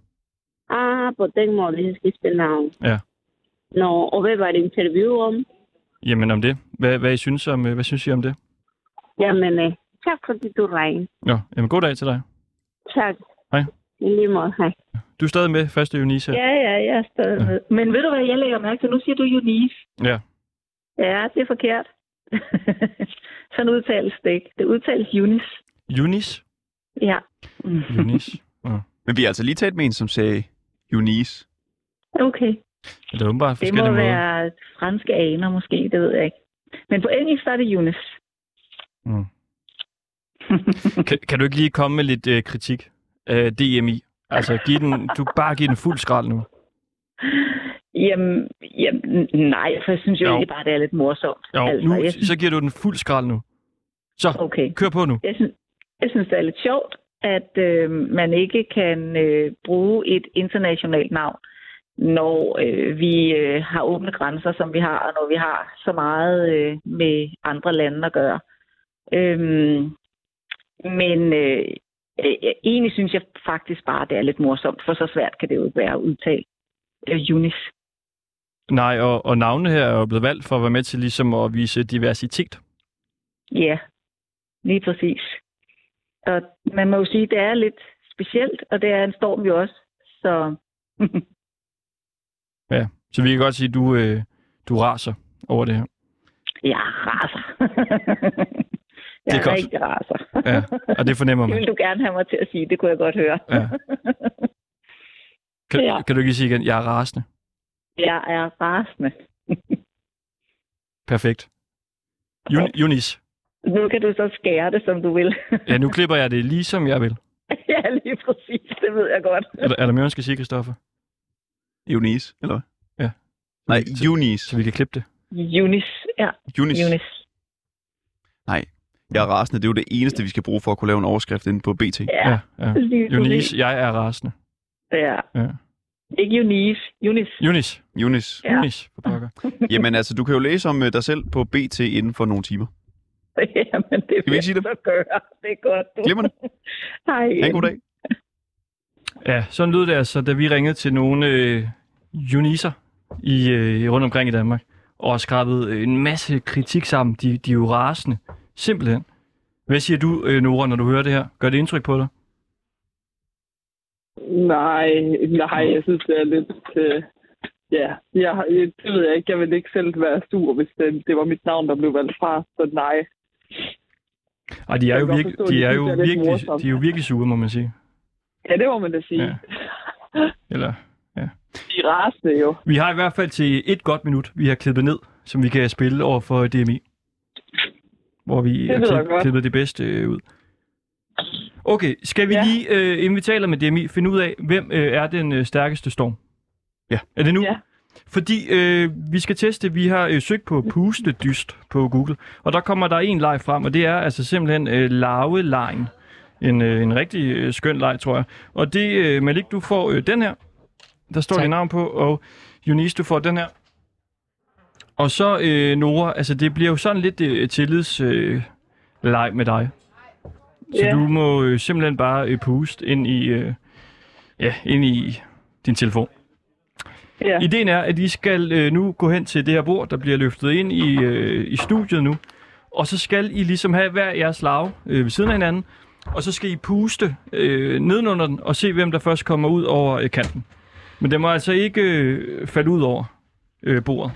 G: Ah, på den måde, jeg skal spille navn.
A: Ja.
G: Nå, og hvad var det interview om?
A: Jamen om det. Hvad, hvad, I synes, om, øh, hvad synes I om det?
G: Jamen, øh, tak fordi du ringede.
A: Nå, jamen god dag til dig.
G: Tak.
A: Hej.
G: I lige måde, hej.
A: Du er stadig med, første Eunice her.
G: Ja, ja, jeg er stadig med. Men ved du hvad, jeg lægger mærke til? Nu siger du Eunice.
A: Ja.
G: Ja, det er forkert. Sådan udtales det ikke. Det udtales Eunice.
A: Eunice?
G: Ja. Mm.
A: Eunice.
C: Men vi har altså lige talt med en, som sagde Eunice.
G: Okay.
A: Ja, det er åbenbart
G: Det må
A: forskellige måder.
G: være franske aner måske, det ved jeg ikke. Men på engelsk der er det Eunice.
A: Mm. kan, kan du ikke lige komme med lidt øh, kritik Øh, af DMI? Altså, giv den, du kan bare give den fuld skrald nu.
G: Jamen, jamen nej, for jeg synes jo,
A: Jo.
G: jo. egentlig bare, det er lidt morsomt.
A: Jo, altså, nu,
G: jeg synes,
A: så giver du den fuld skrald nu. Så,
G: okay.
A: kør på nu.
G: Jeg synes, jeg synes, det er lidt sjovt, at øh, man ikke kan øh, bruge et internationalt navn, når øh, vi øh, har åbne grænser, som vi har, og når vi har så meget øh, med andre lande at gøre. Øhm, men øh, øh, egentlig synes jeg faktisk bare, det er lidt morsomt, for så svært kan det jo ikke være at udtale øh, UNIS.
A: Nej, og, og navnene her er jo blevet valgt for at være med til ligesom at vise diversitet.
G: Ja, lige præcis. Og man må jo sige, at det er lidt specielt, og det er en storm jo også. Så
A: Ja, så vi kan godt sige, at du, øh, du raser over det her.
G: jeg raser. jeg
A: Det er
G: er,
A: godt.
G: rigtig raser.
A: Ja, og det fornemmer
G: Det
A: man.
G: ville du gerne have mig til at sige, det kunne jeg godt høre.
A: Ja. Kan,
G: Ja.
A: kan du ikke lige sige igen, jeg er rasende?
G: Jeg er rasende.
A: Perfekt. Jun, Junis,
G: Nu kan du så skære det, som du vil.
A: ja, nu klipper jeg det lige som jeg vil.
G: ja, lige præcis, det ved jeg godt.
A: Er der, er der mere, man skal sige, Christoffer?
C: Eunice, eller hvad?
A: Ja.
C: Nej,
A: Så- Så
C: Eunice.
A: vi kan klippe det.
G: Unis, ja,
C: Eunice.
G: Unis.
C: Jeg er rasende. Det er jo det eneste, vi skal bruge for at kunne lave en overskrift inde på BT.
G: Ja, ja.
A: ja.
G: lige præcis.
A: Junis, jeg er rasende.
G: Ja.
A: Ja.
G: Ikke Unis, Unis.
A: Junis,
C: Eunice.
G: Ja.
A: Junis, for pokker.
C: Jamen altså, du kan jo læse om øh, dig selv på BT inden for nogle timer.
G: Jamen, det
C: ikke
G: vil jeg
C: sige det?
G: så gøre. Det er godt. Du.
C: Glimrende.
G: Hej.
C: Ha' en god dag.
A: Ja, sådan lød det altså, da vi ringede til nogle øh, juniser i, øh, rundt omkring i Danmark, og skrabede en masse kritik sammen. De, de er jo rasende, simpelthen. Hvad siger du, øh, Nora, når du hører det her? Gør det indtryk på dig?
D: Nej, nej, jeg synes, det er lidt... Øh, ja, jeg, har- jeg, det ved jeg ikke. Jeg ville ikke selv være sur, hvis det, det var mit navn, der blev valgt fra. Så nej.
A: Ej, de er
D: Jeg
A: jo,
D: kan godt
A: virke,
D: forstå,
A: de
D: de
A: er
D: synes,
A: jo
D: det er lidt
A: virkelig,
D: morsomt.
A: de er jo virkelig sure, må man sige.
D: Ja, det må man da sige.
A: Ja.
D: Ja.
A: Eller,
D: De er rasende jo.
A: vi har i hvert fald til et godt minut, vi har klippet ned, som vi kan spille over for DMI. Hvor vi har
D: lyder
A: klip,
D: godt.
A: klippet det bedste øh, ud. Okay, skal vi ja.
D: Ja.
A: lige, øh, inden vi taler med DMI, finde ud af, hvem øh, er den øh, stærkeste storm?
C: Ja.
A: Er det nu?
D: Ja.
A: Fordi øh, vi skal teste, vi har øh, søgt på pustedyst på Google, og der kommer der en leg frem, og det er altså simpelthen øh, larvelejen. En, øh, en rigtig øh, skøn leg, tror jeg. Og det, øh, Malik, du får øh, den her. Der står
E: Tak.
A: dit navn på, og Eunice, du får den her. Og så, øh, Nora, altså det bliver jo sådan lidt øh, tillids øh, leg med dig. Så
D: Ja.
A: du må øh, simpelthen bare øh, puste ind i, øh, ja, ind i din telefon.
D: Ja.
A: Ideen er, at I skal øh, nu gå hen til det her bord, der bliver løftet ind i, øh, i studiet nu. Og så skal I ligesom have hver jeres lav øh, ved siden af hinanden. Og så skal I puste øh, nedenunder den og se, hvem der først kommer ud over øh, kanten. Men den må altså ikke øh, falde ud over øh, bordet.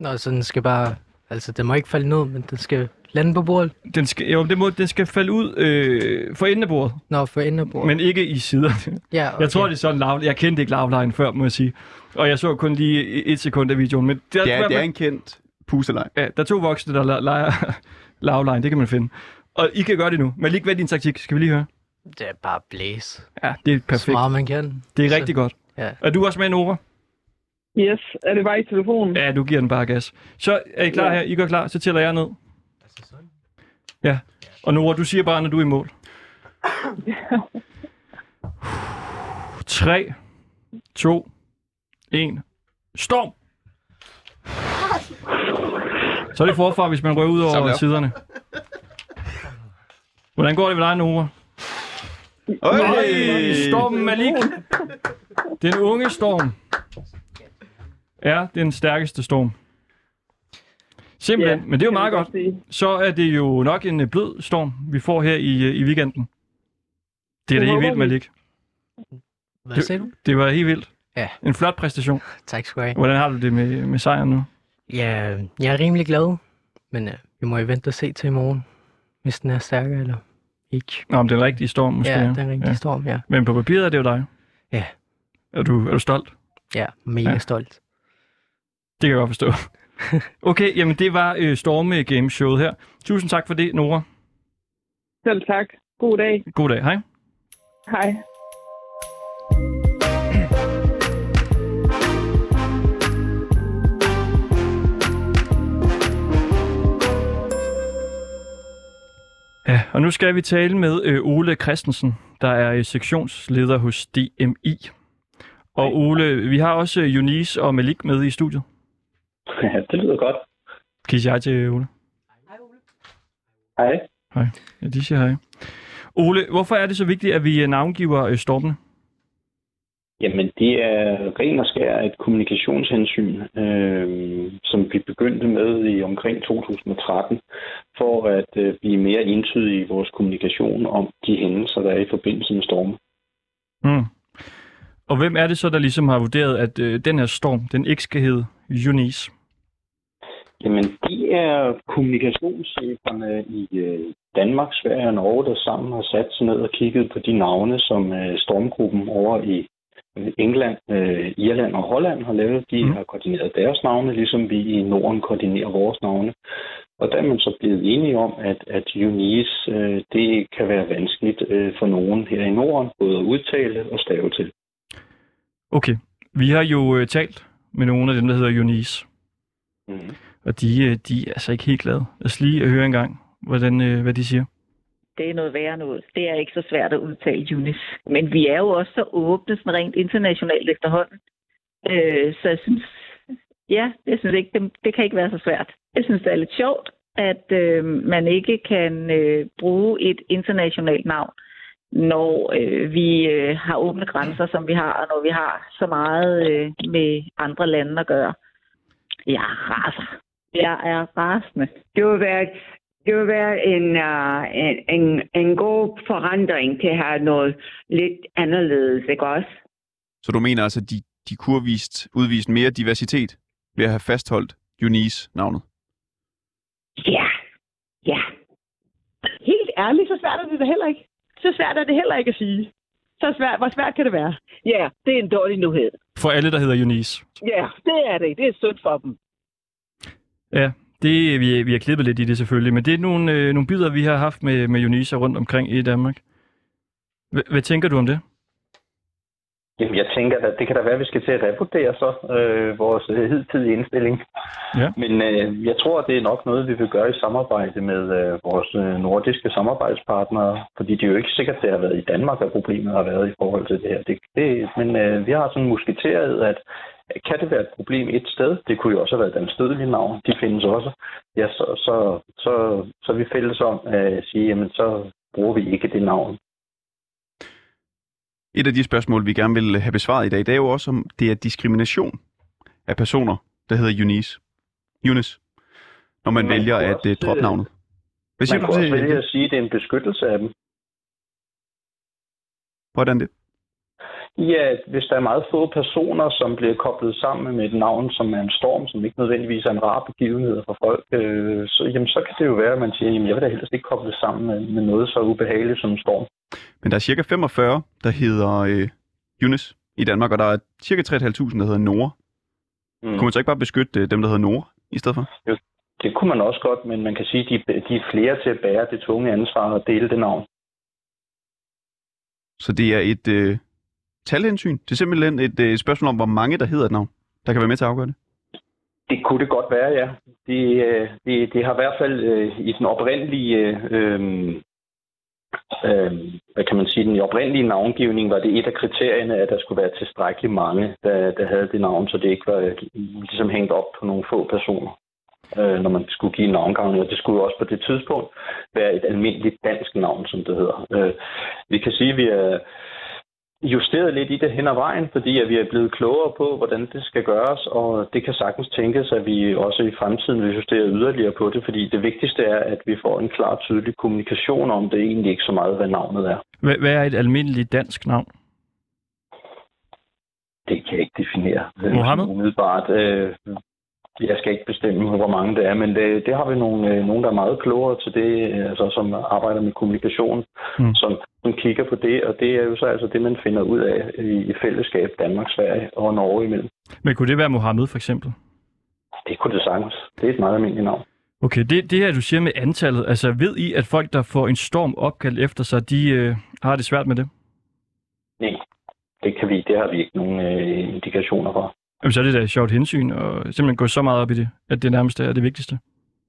E: Nå, så den skal bare... Altså, den må ikke falde ned, men den skal lande på bordet.
A: Den skal, jo, den, må, den skal falde ud øh, for enden af bordet,
E: Nå, for enden af bordet.
A: men ikke i siderne.
E: ja,
A: Okay. Jeg tror, det er sådan lav. Jeg kendte ikke lavlejen før, må jeg sige. Og jeg så kun lige et sekund af videoen. Men der,
C: Det
A: i hvert
C: er, det
A: fald-
C: er en kendt puselej.
A: Ja, der er to voksne, der le- leger lavlejen. Det kan man finde. Og I kan gøre det nu. Malik, hvad er din taktik? Skal vi lige høre?
E: Det er bare blæse.
A: Ja, det er
E: Så
A: perfekt.
E: meget man kan.
A: Det er
E: Så-
A: rigtig godt.
E: Ja.
A: Er du også med, Nora?
D: Yes, er det bare i telefonen?
A: Ja, du giver den bare gas. Så er I klar
D: Ja.
A: her? I går klar, så tæller jeg ned. Ja. Og Nora, du siger bare, når du er i mål. 3, 2, 1. Storm! Så er det forfra, hvis man rører ud over
C: Samle op.
A: siderne. Hvordan går det med dig, Nora? Øj, stormen Malik. Den unge storm er den stærkeste storm. Simpelthen,
D: Ja,
A: men det er jo
D: kan
A: meget
D: man
A: godt.
D: sige.
A: Så er det jo nok en øh, blød storm, vi får her i, øh, i weekenden. Det er
D: Det
A: da helt
D: håber
A: vildt,
D: vi.
A: Malik.
E: Hvad sagde du?
A: Det var helt vildt.
E: Ja.
A: En flot præstation.
E: Tak skal du have.
A: Hvordan har du det med, med sejren nu?
E: Ja, jeg er rimelig glad, men øh, vi må jo vente og se til i morgen, hvis den er stærkere eller ikke.
A: Nå, om den rigtige storm måske.
E: ja, den rigtige ja. storm, ja.
A: Men på papiret er det jo dig.
E: Ja.
A: Er du, er du stolt?
E: Ja, mega
A: Ja.
E: ja. stolt.
A: Det kan øh, jeg godt forstå. Okay, jamen det var øh, Storme Games Showet her. Tusind tak for det, Nora.
D: Selv tak. God dag.
A: God dag. Hej.
D: Hej.
A: Ja, og nu skal vi tale med øh, Ole Christensen, der er øh, sektionsleder hos DMI. Og Ole, vi har også øh, Eunice og Malik med i studiet.
H: Ja, det lyder godt.
A: Kan I sige hej til Ole?
H: Hej.
A: Ja, de siger hej. Ole, hvorfor er det så vigtigt, at vi øh, navngiver øh, stormene?
H: Jamen, det er ren og skær et kommunikationshensyn, øh, som vi begyndte med i omkring 2013, for at øh, blive mere entydige i vores kommunikation om de hændelser, der er i forbindelse med storme.
A: Mm. Og hvem er det så, der ligesom har vurderet, at øh, den her storm, den ikke skal hedde Eunice?
H: Jamen, de er kommunikationscheferne i øh, Danmark, Sverige og Norge, der sammen har sat sig ned og kigget på de navne, som øh, stormgruppen over i øh, England, øh, Irland og Holland har lavet. De
A: Mm.
H: mm. har koordineret deres navne, ligesom vi i Norden koordinerer vores navne. Og der er man så blevet enige om, at, at Eunice, øh, det kan være vanskeligt øh, for nogen her i Norden, både at udtale og stave til.
A: Okay, vi har jo øh, talt med nogle af dem, der hedder Eunice,
H: Mm.
A: og de, øh, de er altså ikke helt glade. Lad os lige øh, høre en gang, hvordan, øh, hvad de siger.
G: det er noget værre noget. Det er ikke så svært at udtale Eunice. Men vi er jo også så åbne sådan rent internationalt efterhånden. Øh, så jeg synes, ja, jeg synes ikke, det, det kan ikke være så svært. Jeg synes, det er lidt sjovt, at øh, man ikke kan øh, bruge et internationalt navn, når øh, vi øh, har åbne grænser, som vi har, og når vi har så meget øh, med andre lande at gøre. altså. Jeg raser. Jeg er rasende.
F: Det vil være, det vil være en, uh, en, en, en god forandring til at have noget lidt anderledes, ikke også?
C: Så du mener altså, at de, de kunne have vist, udvist mere diversitet ved at have fastholdt Eunice-navnet?
F: Ja, ja.
I: helt ærligt, så svært er det da heller ikke. Så svært er det heller ikke at sige. Så svært, hvor svært kan det være? Ja, yeah, det er en dårlig nyhed.
A: For alle, der hedder Eunice.
I: Ja, yeah, det er det. Det er synd for dem.
A: Det, øh, vi, vi har klippet lidt i det selvfølgelig, men det er nogle, øh, nogle bidder, vi har haft med, med Unisa rundt omkring i Danmark. H- hvad tænker du om det?
H: Jamen, jeg tænker, at det kan da være, at vi skal til at revurdere så øh, vores øh, hidtidige indstilling.
A: Ja.
H: Men øh, jeg tror, det er nok noget, vi vil gøre i samarbejde med øh, vores øh, nordiske samarbejdspartnere, fordi det er jo ikke sikkert, det har været i Danmark, at problemet har været i forhold til det her. Det, det, men øh, vi har sådan musketteret, at kan det være et problem et sted? Det kunne jo også have været et anstødeligt navn. De findes også. Ja, så, så, så, så er vi fælles om øh, at sige, jamen så bruger vi ikke det navn.
C: Et af de spørgsmål, vi gerne vil have besvaret i dag, det er jo også, om det er diskrimination af personer, der hedder Eunice. Eunice. Når man,
H: Man
C: vælger
H: kunne
C: at
H: også,
C: uh, droppe
H: øh,
C: navnet. Hvad siger
H: Man
C: du
H: kunne
C: til øh,
H: også vælge at sige, at det er en beskyttelse af dem.
C: Hvordan det?
H: Ja, hvis der er meget få personer, som bliver koblet sammen med et navn, som er en storm, som ikke nødvendigvis er en rar begivenhed for folk, øh, så, jamen, så kan det jo være, at man siger, jamen jeg vil da helst ikke koble sammen med, med noget så ubehageligt som en storm.
C: Men der er cirka 45, der hedder øh, Eunice i Danmark, og der er cirka 3.500, der hedder Nora.
H: Mm.
C: Kunne man så ikke bare beskytte øh, dem, der hedder Nora i stedet for?
H: Det kunne man også godt, men man kan sige, at de, de er flere til at bære det tunge ansvar og dele det navn.
C: Så det er et øh, talhensyn. Det er simpelthen et øh, spørgsmål om, hvor mange, der hedder et navn, der kan være med til at afgøre det.
H: Det kunne det godt være, ja. Det, øh, det, det har i hvert fald øh, i den oprindelige, øh, øh, hvad kan man sige, den oprindelige navngivning, var det et af kriterierne, at der skulle være tilstrækkeligt mange, der, der havde det navn, så det ikke var øh, ligesom hængt op på nogle få personer, øh, når man skulle give navngavning. Og det skulle jo også på det tidspunkt være et almindeligt dansk navn, som det hedder. Øh, vi kan sige, at vi er justeret lidt i det hen ad vejen, fordi at vi er blevet klogere på, hvordan det skal gøres, og det kan sagtens tænkes, at vi også i fremtiden vil justere yderligere på det, fordi det vigtigste er, at vi får en klar og tydelig kommunikation om det, egentlig ikke så meget, hvad navnet er.
A: Hvad, hvad er et almindeligt dansk navn?
H: Det kan jeg ikke definere. øh,
A: Mohammed?
H: Umiddelbart. Øh, jeg skal ikke bestemme, hvor mange det er, men det, det har vi nogle, øh, nogen, der er meget klogere til det, øh, altså, som arbejder med kommunikation,
A: Mm.
H: mm. som, som kigger på det, og det er jo så altså det, man finder ud af i, i fællesskab Danmark, Sverige og Norge imellem.
A: Men kunne det være Mohammed for eksempel?
H: Det kunne det sagtens. Det er et meget almindeligt navn.
A: Okay, det, det her, du siger med antallet, altså ved I, at folk, der får en storm opkaldt efter sig, de øh, har det svært med det?
H: Nej, det kan vi. Det har vi ikke nogen øh, indikationer for.
A: Jamen, så er det da et sjovt hensyn, og simpelthen gå så meget op i det, at det nærmest er det vigtigste.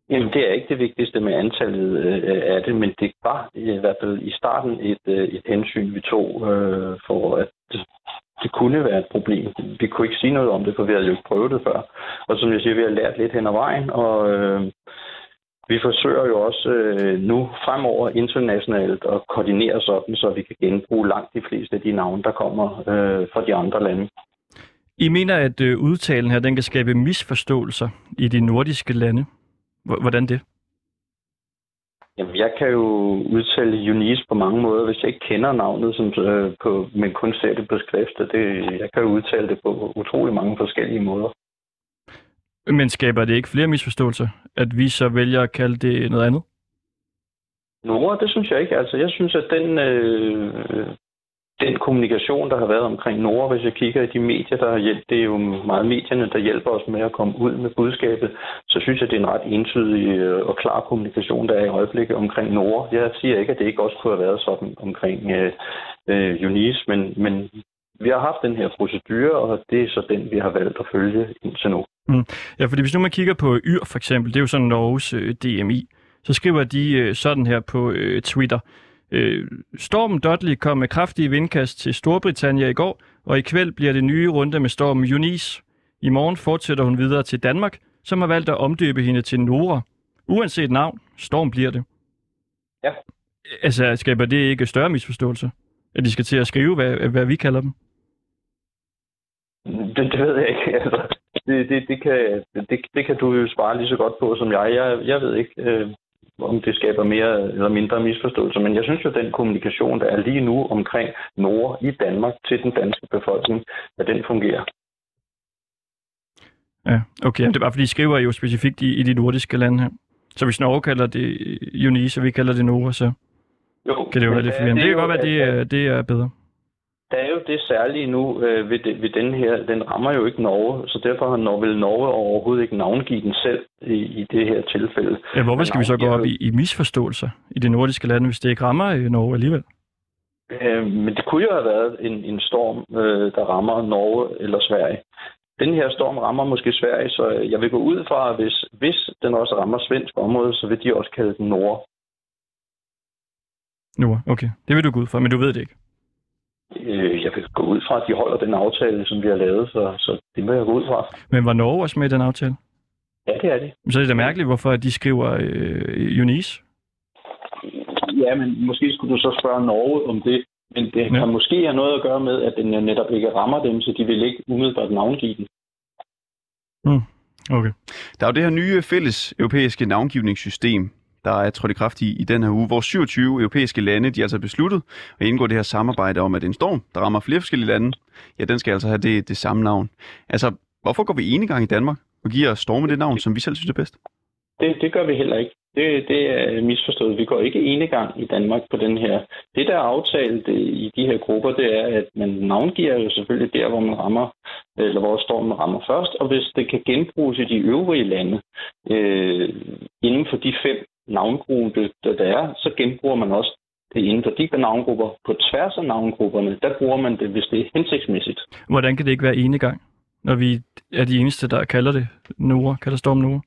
H: Jamen, det er ikke det vigtigste med antallet øh, af det, men det var i hvert fald i starten et, øh, et hensyn, vi tog, øh, for at det kunne være et problem. Vi kunne ikke sige noget om det, for vi havde jo ikke prøvet det før. Og som jeg siger, vi har lært lidt hen ad vejen, og øh, vi forsøger jo også øh, nu fremover internationalt at koordinere sådan, så vi kan genbruge langt de fleste af de navne, der kommer øh, fra de andre lande.
A: I mener, at øh, udtalen her, den kan skabe misforståelser i de nordiske lande. Hvor- Hvordan det?
H: Jamen, jeg kan jo udtale Eunice på mange måder, hvis jeg ikke kender navnet, som, øh, på, men kun ser det på skrift. og Det, jeg kan jo udtale det på utrolig mange forskellige måder.
A: Men skaber det ikke flere misforståelser, at vi så vælger at kalde det noget andet?
H: Nora, det synes jeg ikke. Altså, jeg synes, at den, øh, den kommunikation, der har været omkring Nora, hvis jeg kigger i de medier, der har hjælp, det er jo meget medierne, der hjælper os med at komme ud med budskabet, så synes jeg, det er en ret entydig øh, og klar kommunikation, der er i øjeblikket omkring Nora. Jeg siger ikke, at det ikke også kunne have været sådan omkring øh, øh, Eunice, men, men vi har haft den her procedure, og det er så den, vi har valgt at følge indtil nu.
A: Mm. Ja, fordi hvis nu man kigger på Yr for eksempel, det er jo sådan Norges øh, DMI, så skriver de øh, sådan her på øh, Twitter. Øh, stormen Dudley kom med kraftige vindkast til Storbritannien i går, og i kveld bliver det nye runde med stormen Eunice. I morgen fortsætter hun videre til Danmark, som har valgt at omdøbe hende til Nora. Uanset navn, storm bliver det.
H: Ja.
A: Altså, skaber det ikke større misforståelse? At de skal til at skrive, hvad, hvad vi kalder dem?
H: Det, det ved jeg ikke. Altså, det, det, det, kan, det, det kan du jo svare lige så godt på som jeg. Jeg, jeg ved ikke, øh, om det skaber mere eller mindre misforståelse, men jeg synes jo, at den kommunikation, der er lige nu omkring Nord i Danmark til den danske befolkning, at den fungerer.
A: Ja, okay. Jamen, det er bare fordi, I skriver jo specifikt i, i de nordiske lande her. Så hvis Norge kalder det øh, Eunice, og vi kalder det Nora, så
H: jo,
A: kan det jo
H: men
A: være lidt
H: der er
A: forvirrende.
H: det
A: Det kan
H: jo,
A: godt være, det er, det er bedre.
H: Der er jo det særlige nu øh, ved, det, ved den her, den rammer jo ikke Norge, så derfor har Norge, vil Norge overhovedet ikke navngivet den selv i, i det her tilfælde.
A: Ja, hvorfor
H: Men
A: skal vi så gå
H: navngiver
A: op i, i misforståelser i de nordiske lande, hvis det ikke rammer øh, Norge alligevel?
H: Øh, men det kunne jo have været en, en storm, øh, der rammer Norge eller Sverige. Den her storm rammer måske Sverige, så jeg vil gå ud fra, at hvis, hvis den også rammer svensk område, så vil de også kalde den Nord.
A: Nora, okay. Det vil du gå ud for, men du ved det ikke.
H: Øh, jeg vil gå ud fra, at de holder den aftale, som vi har lavet, så, så det må jeg gå ud fra.
A: Men var Norge også med i den aftale?
H: Ja, det er det.
A: Så er det da mærkeligt, hvorfor de skriver øh, Eunice.
H: Ja, men måske skulle du så spørge Norge om det. Men det
A: Ja.
H: kan måske have noget at gøre med, at den netop ikke rammer dem, så de vil ikke umiddelbart navngive den.
A: Okay.
C: Der er jo det her nye fælles europæiske navngivningssystem, der er trådt i kraft i, i den her uge, hvor 27 europæiske lande, de har altså besluttet at indgå det her samarbejde om, at en storm, der rammer flere forskellige lande, ja, den skal altså have det, det samme navn. Altså, hvorfor går vi ene gang i Danmark og giver storme det navn, som vi selv synes er bedst?
H: Det, det gør vi heller ikke. Det, det er misforstået. Vi går ikke ene gang i Danmark på den her. Det, der er aftalt øh, i de her grupper, det er, at man navngiver jo selvfølgelig der, hvor man rammer, eller hvor stormen rammer først, og hvis det kan genbruges i de øvrige lande, øh, inden for de fem navngrupper, der der er, så genbruger man også det inden for de navngrupper. På tværs af navngrupperne, der bruger man det, hvis det er hensigtsmæssigt.
A: Hvordan kan det ikke være ene gang, når vi er de eneste, der kalder det Nora, kalder stormen Nora?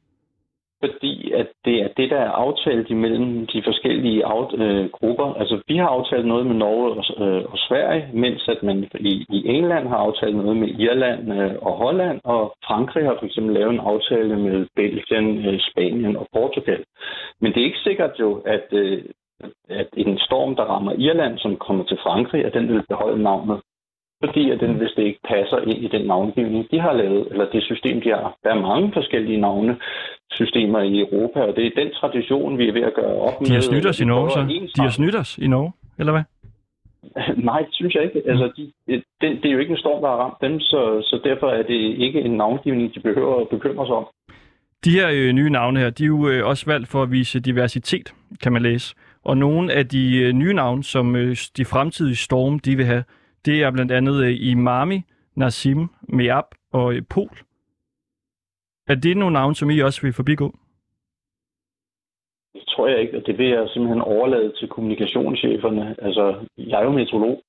H: Fordi at det er det, der er aftalt imellem de forskellige af, øh, grupper. Altså, vi har aftalt noget med Norge og, øh, og Sverige, mens at man i, i England har aftalt noget med Irland øh, og Holland, og Frankrig har fx lavet en aftale med Belgien, øh, Spanien og Portugal. Men det er ikke sikkert jo, at, øh, at en storm, der rammer Irland, som kommer til Frankrig, at den vil beholde navnet. Fordi at den, hvis det ikke passer ind i den navngivning, de har lavet, eller det system, de har. Der er mange forskellige navnesystemer i Europa, og det er den tradition, vi er ved at gøre op med.
A: De har snydt os i Norge, så?
H: prøver
A: De har snydt os i Norge, eller hvad?
H: Nej, det synes jeg ikke. Altså, de, øh, den, det er jo ikke en storm, der har ramt dem, så, så derfor er det ikke en navngivning, de behøver at bekymre sig om.
A: De her øh, nye navne her, de er jo øh, også valgt for at vise diversitet, kan man læse. Og nogle af de øh, nye navne, som øh, de fremtidige storme, de vil have, det er blandt andet øh, Imami, Nassim, Meab og øh, Pol. Er det nogle navne, som I også vil forbigå?
H: Det tror jeg ikke, og det vil jeg simpelthen overlade til kommunikationscheferne. Altså, jeg er jo metrolog.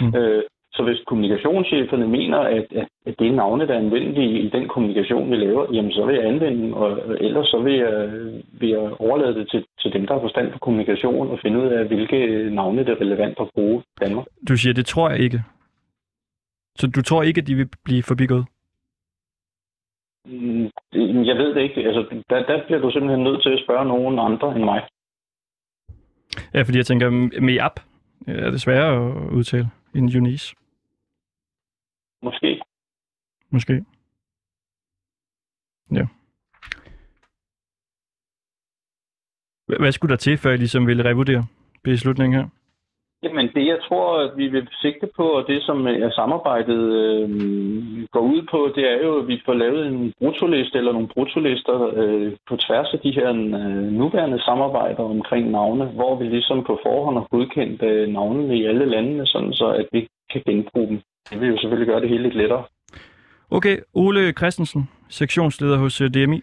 H: Mm. øh, så hvis kommunikationscheferne mener, at, at, at det er navne, der er anvendelige i den kommunikation, vi laver, jamen så vil jeg anvende dem, og og ellers så vil jeg, vil jeg overlade det til, til dem, der har forstand på kommunikation, og finde ud af, hvilke navne, der er relevant at bruge i Danmark.
A: Du siger, det tror jeg ikke. Så du tror ikke, at de vil blive forbigået?
H: Mm, det- Jeg ved det ikke. Altså, der, der bliver du simpelthen nødt til at spørge nogen andre end mig.
A: Ja, Øh, fordi jeg tænker, m- med app øh, er det sværere at udtale end Eunice,
H: Måske.
A: måske. Ja. Hva- Hvad skulle der til, før I ligesom ville revurdere beslutningen her?
H: Jamen det, jeg tror, at vi vil sigte på, og det, som øh, samarbejdet øh, går ud på, det er jo, at vi får lavet en brutoliste eller nogle brutolister øh, på tværs af de her øh, nuværende samarbejder omkring navne, hvor vi ligesom på forhånd har godkendt øh, navnene i alle landene, sådan så at vi kan genbruge dem. Det vil jo selvfølgelig gøre det hele lidt lettere.
A: Okay, Ole Christensen, sektionsleder hos øh, DMI.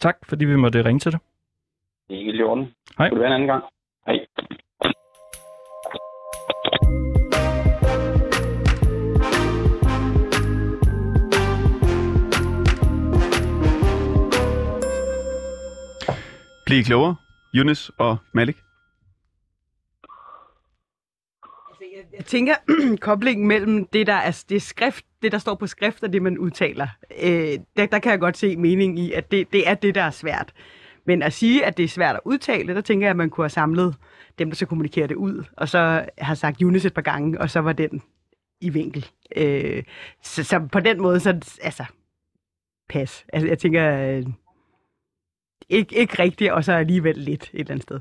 A: Tak, fordi vi måtte ringe til dig.
H: Det er ikke i orden.
A: Hej.
H: Kunne det være en anden gang? Hej.
C: Bliv klogere, Yunis og Malik.
B: Jeg tænker, koblingen mellem det, der er det er skrift, det, der står på skrift, og det, man udtaler, øh, der, der kan jeg godt se mening i, at det, det er det, der er svært. Men at sige, at det er svært at udtale, der tænker jeg, at man kunne have samlet dem, der så kommunikerer det ud, og så har sagt Unis et par gange, og så var den i vinkel. Øh, så, så på den måde, så altså, pas. Altså, jeg tænker, øh, ikke, ikke rigtigt, og så alligevel lidt et eller andet sted.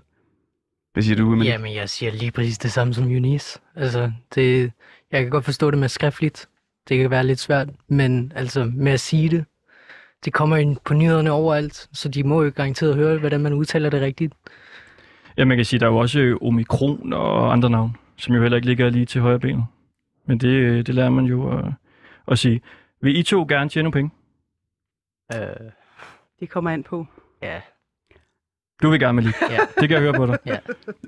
C: Hvad siger du, Malik?
E: Jamen, jeg siger lige præcis det samme som Eunice. Altså, det, jeg kan godt forstå det med skriftligt. Det kan være lidt svært, men altså med at sige det, det kommer ind på nyhederne overalt, så de må jo garanteret høre, hvordan man udtaler det rigtigt.
A: Ja, man kan sige, der er jo også øh, omikron og andre navn, som jo heller ikke ligger lige til højre benet. Men det, øh, det lærer man jo at, at sige. Vil I to gerne tjene nogle penge?
E: Øh,
B: Det kommer an på.
E: ja.
A: Du vil gerne med lige.
E: Ja.
A: Det kan jeg høre på dig.
E: Ja.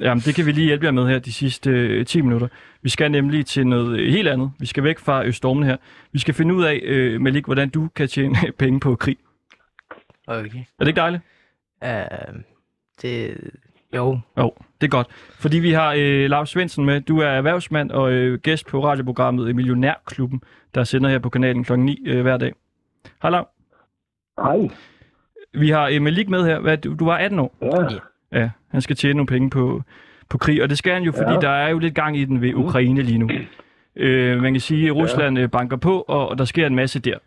A: Jamen, det kan vi lige hjælpe jer med her de sidste øh, 10 minutter. Vi skal nemlig til noget øh, helt andet. Vi skal væk fra øh, stormen her. Vi skal finde ud af, øh, Malik, hvordan du kan tjene penge på krig.
E: Okay.
A: Er det ikke dejligt?
E: Øh, det, jo,
A: Jo, det er godt. Fordi vi har øh, Lars Svendsen med. Du er erhvervsmand og øh, gæst på radioprogrammet øh, Millionærklubben, der sender her på kanalen kl. 9 øh, hver dag. Hej, Lav.
J: Hej.
A: Vi har øh, Malik med her. Hvad, du, du var 18 år.
J: Ja.
A: Ja, han skal tjene nogle penge på, på krig, og det skal han jo, fordi ja.
J: Ja.
A: der er jo lidt gang i den ved Ukraine lige nu. Øh, man kan sige, at Rusland ja. banker på, og, og der sker en masse der.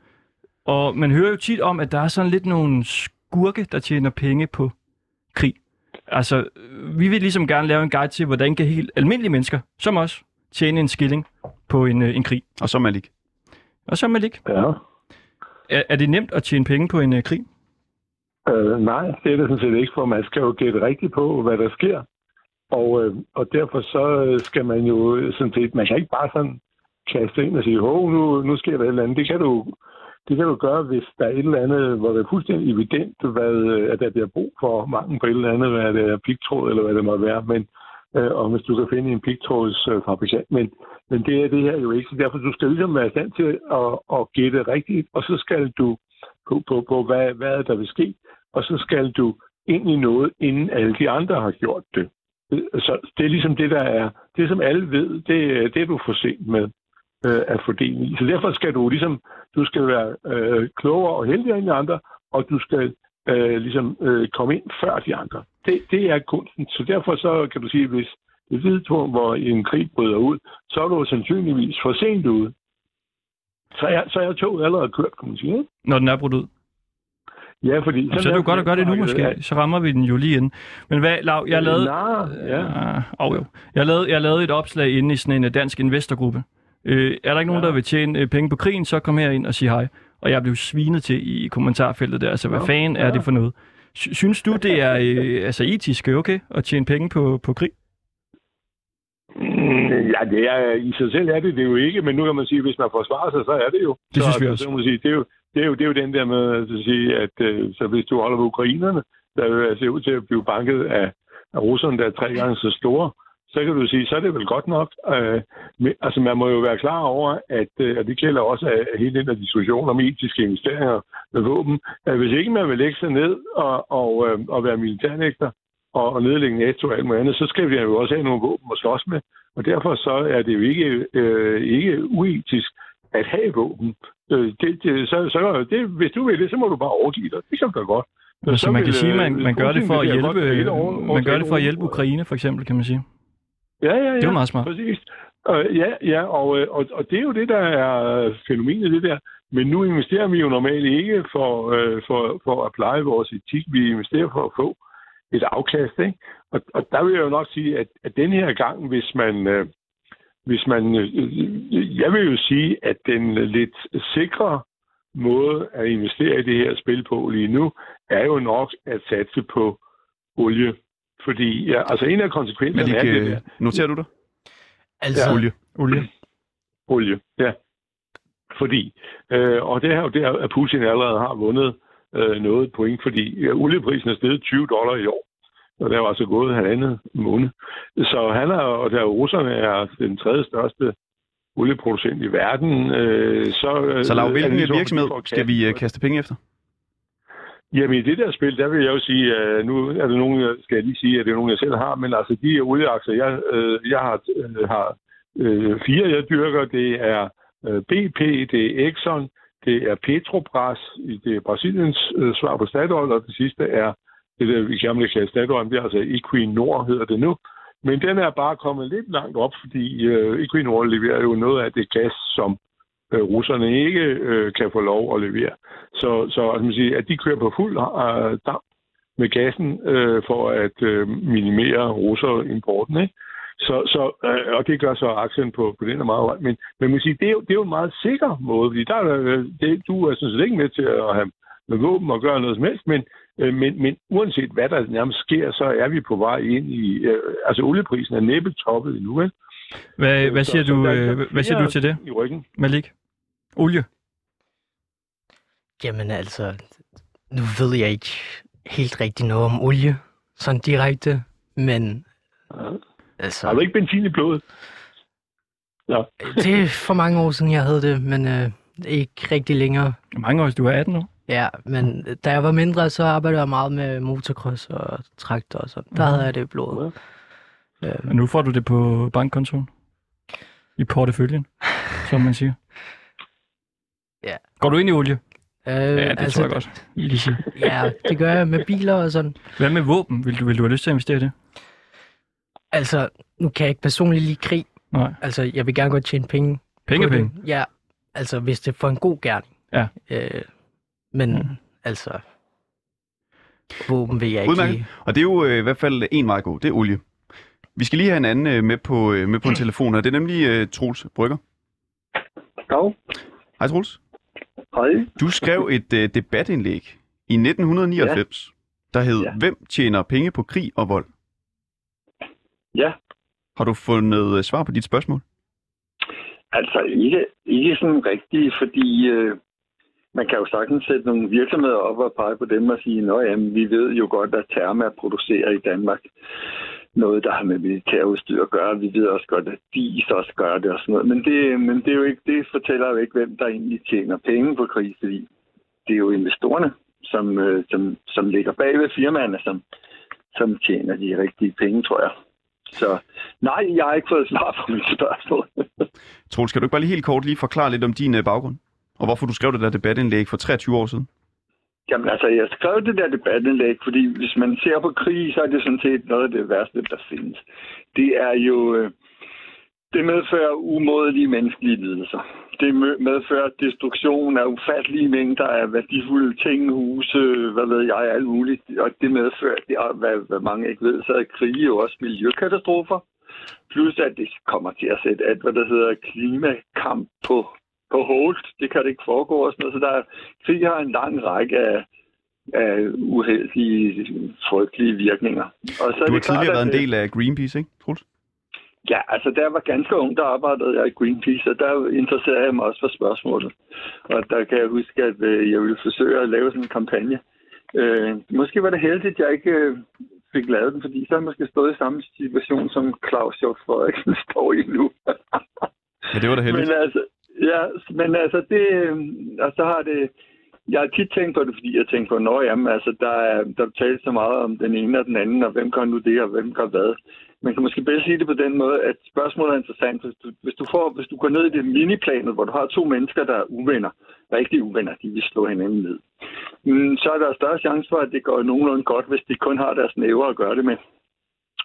A: Og man hører jo tit om, at der er sådan lidt nogle skurke, der tjener penge på krig. Altså, øh, vi vil ligesom gerne lave en guide til, hvordan kan helt almindelige mennesker, som os, tjene en skilling på en, øh, en krig.
C: Og så Malik.
A: Og så Malik,
J: Ja.
A: er, er det nemt at tjene penge på en øh, krig?
J: Øh, nej, det er det sådan set ikke, for man skal jo gætte rigtigt på, hvad der sker. Og, øh, og derfor så øh, skal man jo øh, sådan set, man kan ikke bare sådan kaste ind og sige, hov, nu, nu sker der et eller andet. Det kan du, det kan du gøre, hvis der er et eller andet, hvor det er fuldstændig evident, hvad, øh, at der bliver brug for mangel på et eller andet, hvad det er pigtråd eller hvad det måtte være. Men, øh, og hvis du kan finde en pigtrådsfabrikant. Men, men det er det her jo ikke. Så derfor du skal ligesom være i stand til at, at gætte rigtigt, og så skal du på, på, på hvad, hvad der vil ske, og så skal du ind i noget, inden alle de andre har gjort det. Øh, Så det er ligesom det, der er. Det, som alle ved, det, er- det er du for sent med øh, at få del i. Så derfor skal du ligesom, du skal være øh, klogere og heldigere end de andre, og du skal øh, ligesom øh, komme ind før de andre. Det, det er kunsten. Så derfor så kan du sige, hvis det er et tidspunkt, hvor en krig bryder ud, så er du sandsynligvis for sent ude. Så er, så er toget allerede kørt, kan man sige. Ikke?
A: Når den er brudt ud?
J: Ja, fordi...
A: Jamen, så er det jo godt at gøre det nu måske. Så rammer vi den jo lige ind. Men hvad, Lav, jeg lavede...
J: Nej, ja.
A: Ja. Oh, jo. Jeg, lavede, jeg lavede et opslag inde i sådan en øh, dansk investorgruppe. Øh, er der ikke nogen, ja. der vil tjene øh, penge på krigen, så kom herind og sig hej. Og jeg blev svinet til i kommentarfeltet der. Altså, hvad
J: Nå,
A: fanden er
J: ja.
A: det for noget? Sy- Synes du, det er øh, altså etisk øh, okay at tjene penge på, på krig?
J: Mm, Ja, det er, i sig selv er det det jo ikke, men nu kan man sige, at hvis man forsvarer sig, så er det jo.
A: Det
J: så,
A: synes vi
J: så
A: også.
J: kan man sige, det, er jo, det, er jo, det er jo den der med at sige, at øh, så hvis du holder på ukrainerne, der vil se ud til at blive banket af, af russerne, der er tre gange så store, så kan du sige, så er det vel godt nok. Øh, men, altså, man må jo være klar over, at, øh, og det gælder også af af hele den her diskussion om etiske investeringer med våben, at hvis ikke man vil lægge sig ned og, og, øh, og være militærnægter og, og nedlægge NATO og alt muligt andet, så skal vi jo også have nogle våben at slås med. Og derfor så er det jo ikke, øh, ikke uetisk at have våben. Øh, det, det, så, så det, hvis du vil det, så må du bare overgive dig. Det kan du da godt.
A: Men så Altså, man
J: vil,
A: kan sige,
J: øh,
A: man, man gør det
J: Putin,
A: for at
J: vil jeg godt
A: hjælpe, øh,
J: tale over- over
A: man gør det
J: til
A: for at
J: Europa.
A: hjælpe Ukraine, for eksempel, kan man sige.
J: Ja, ja, ja.
A: Det er jo meget smart.
J: Præcis. Øh, ja, ja og, øh, og, og det er jo det, der er øh, fænomenet, det der. Men nu investerer vi jo normalt ikke for, øh, for, for at pleje vores etik. Vi investerer for at få et afkast, ikke? Og, og der vil jeg jo nok sige, at, at den her gang, hvis man... Øh, hvis man, øh, jeg vil jo sige, at den lidt sikre måde at investere i det her spil på lige nu, er jo nok at satse på olie. Fordi, ja, altså en af konsekvenserne
C: Malik,
J: er det
C: øh,
J: der.
C: noterer du dig?
E: Altså, ja.
C: Olie.
A: Olie.
J: Olie, ja. Fordi, øh, og det er jo der, at Putin allerede har vundet øh, noget point, fordi øh, olieprisen er steget 20 dollar i år. Og der er jo altså gået halvandet måned. Så han er, og der russerne er den tredje største olieproducent i verden, øh, så... øh,
C: Så Lav,
J: er det
C: hvilken
J: ligesom,
C: virksomhed
J: at får
C: skal vi øh, kaste penge efter?
J: Jamen i det der spil, der vil jeg jo sige, øh, nu er det nogen, jeg- skal jeg lige sige, at det er nogen, jeg selv har, men altså de olieaktier, jeg, øh, jeg har, øh, har øh, fire, jeg dyrker, det er øh, BP, det er Exxon, det er Petrobras, i- det er Brasiliens øh, svar på Statoil, og det sidste er det der, vi gamle kalder Statoil, det er altså Equinor, hedder det nu. Men den er bare kommet lidt langt op, fordi øh, Equinor leverer jo noget af det gas, som øh, russerne ikke øh, kan få lov at levere. Så, så altså, man siger, at de kører på fuld øh, damp med gassen øh, for at øh, minimere russerimporten. Ikke? Så, så, øh, og det gør så aktien på, på den er meget høj. Men, men man siger, det, er jo, det er jo en meget sikker måde, fordi der, er der, øh, det, du er sådan set ikke med til at have med våben og gøre noget som helst, men, øh, men, men uanset hvad der nærmest sker, så er vi på vej ind i... Øh, altså olieprisen er næppe toppet endnu, vel?
A: Hvad, hvad,
J: Så-
A: siger,
J: så
A: du,
J: der er
A: øh,
J: altså
A: hvad siger
J: flere
A: du til det,
J: I ryggen.
A: Malik? Olie?
E: Jamen altså, nu ved jeg ikke helt rigtig noget om olie, sådan direkte, men altså...
J: Har du ikke benzin i blodet? Ja.
E: det er for mange år siden, jeg havde det, men øh, ikke rigtig længere.
A: Hvor mange år, du er 18 år?
E: Ja, men øh, da jeg var mindre, så arbejdede jeg meget med motocross og traktor og sådan. Der havde jeg det i blodet.
A: Men nu får du det på bankkontoen. I porteføljen, som man siger.
E: Ja.
A: Går du ind i olie?
E: Øh,
A: Ja, det tror jeg godt. I kan sige.
E: Ja, det gør jeg med biler og sådan.
A: Hvad med våben? Vil du, vil du have lyst til at investere i det?
E: Altså, nu kan jeg ikke personligt lide krig.
A: Nej.
E: Altså, jeg vil gerne godt tjene penge.
A: Penge er
E: på det.
A: penge.
E: Ja, altså hvis det er for en god gerning.
A: Ja.
E: Øh, men mm. altså, våben vil jeg ikke
C: Udmærket.
E: lige.
C: Og det er jo øh, i hvert fald en vej at gå. Det er olie. Vi skal lige have en anden øh, med på, øh, med på en telefon, og det er nemlig øh, Troels Brygger.
K: Dog.
C: Hej Troels.
K: Hej.
C: Du skrev et øh, debatindlæg i 1999, ja. der hed, ja. Hvem tjener penge på krig og vold?
K: Ja,
C: Har du fundet øh, svar på dit spørgsmål?
K: altså ikke, ikke sådan rigtigt, fordi øh, man kan jo sagtens sætte nogle virksomheder op og pege på dem og sige, at jamen, vi ved jo godt, at Therma producerer i Danmark noget, der har med militærudstyr at gøre. Vi ved også godt, at DIS også gør det og sådan noget. Men det, øh, men det, er jo ikke, det fortæller jo ikke, hvem der egentlig tjener penge på krig, fordi det er jo investorerne, som, øh, som, som ligger bag ved firmaerne, som, som tjener de rigtige penge, tror jeg. Så nej, jeg har ikke fået svar på mit spørgsmål.
C: Troels, kan du ikke bare lige helt kort lige forklare lidt om din øh, baggrund? Og hvorfor du skrev det der debatindlæg for 23 år siden?
K: Jamen altså, jeg skrev det der debatindlæg, fordi hvis man ser på krig, så er det sådan set noget af det værste, der findes. Det er jo... øh, Det medfører umådelige menneskelige lidelser. Det mø- medfører destruktion af ufattelige mængder af værdifulde ting, huse, hvad ved jeg, alt muligt. Og det medfører, det er, hvad, hvad mange ikke ved, så er krige jo også miljøkatastrofer. Plus at det kommer til at sætte alt, hvad der hedder klimakamp på, på hold. Det kan det ikke foregå og sådan noget. Så der er, krig har en lang række af, af uheldige, frygtelige virkninger. Og så er
C: Du har
K: det klart,
C: tidligere været en
K: at, øh,
C: del af Greenpeace, ikke, Troels?
K: Ja, altså da jeg var ganske ung, der arbejdede jeg i Greenpeace, og der interesserede jeg mig også for spørgsmålet. Og der kan jeg huske, at øh, jeg ville forsøge at lave sådan en kampagne Øh, måske var det heldigt, at jeg ikke øh, fik lavet den, fordi så har jeg måske stået i samme situation, som Claus Hjort Frederiksen står i nu.
C: Ja, det var da heldigt.
K: Men altså, ja, men altså det, øh, og så har det, jeg har tit tænkt på det, fordi jeg tænker på, nå jamen, altså, der, er, der tales så meget om den ene og den anden, og hvem gør nu det, og hvem gør hvad. Man kan måske bedst sige det på den måde, at spørgsmålet er interessant. Hvis du, hvis du, får, hvis du går ned i det miniplanet, hvor du har to mennesker, der er uvenner, rigtig uvenner, de vil slå hinanden ned, mm, så er der større chance for, at det går nogenlunde godt, hvis de kun har deres næver at gøre det med.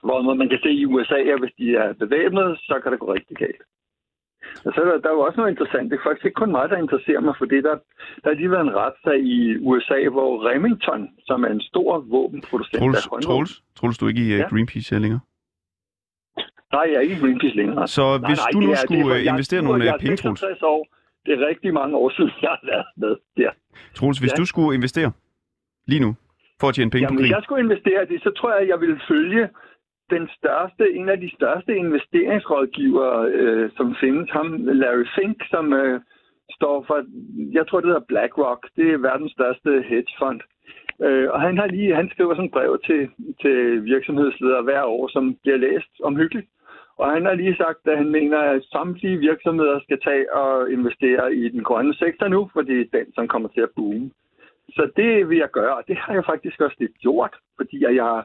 K: Hvor man kan se i USA, at hvis de er bevæbnet, så kan det gå rigtig galt. Og så er der, der er jo også noget interessant. Det er faktisk ikke kun mig, der interesserer mig for det. Der, der har lige været en retssag i USA, hvor Remington, som er en stor våbenproducent
C: Troels,
K: af håndvåben...
C: Troels, Troels, du er ikke i
K: Ja.
C: ja. Greenpeace her længere.
K: Nej, jeg er ikke i Greenpeace længere.
C: Så hvis du nu
K: det er-
C: skulle,
K: det er-
C: øh,
K: jeg-
C: investere nogle,
K: jeg
C: øh, penge,
K: er
C: Troels.
K: 66 år. Det er rigtig mange år siden, jeg har været med der.
C: Troels, hvis
K: Ja.
C: ja. du skulle investere lige nu for at tjene penge
K: Jamen,
C: på
K: hvis
C: krig,
K: jeg skulle investere i det, så tror jeg, at jeg ville følge den største, en af de største investeringsrådgivere, øh, som findes, ham Larry Fink, som øh, står for, jeg tror det hedder BlackRock, det er verdens største hedgefond. Øh, og han har lige, han skriver sådan et brev til, til virksomhedsledere hver år, som bliver læst omhyggeligt. Og han har lige sagt, at han mener, at samtlige virksomheder skal tage og investere i den grønne sektor nu, for det er den, som kommer til at boome. Så det vil jeg gøre, og det har jeg faktisk også lidt gjort, fordi jeg, jeg,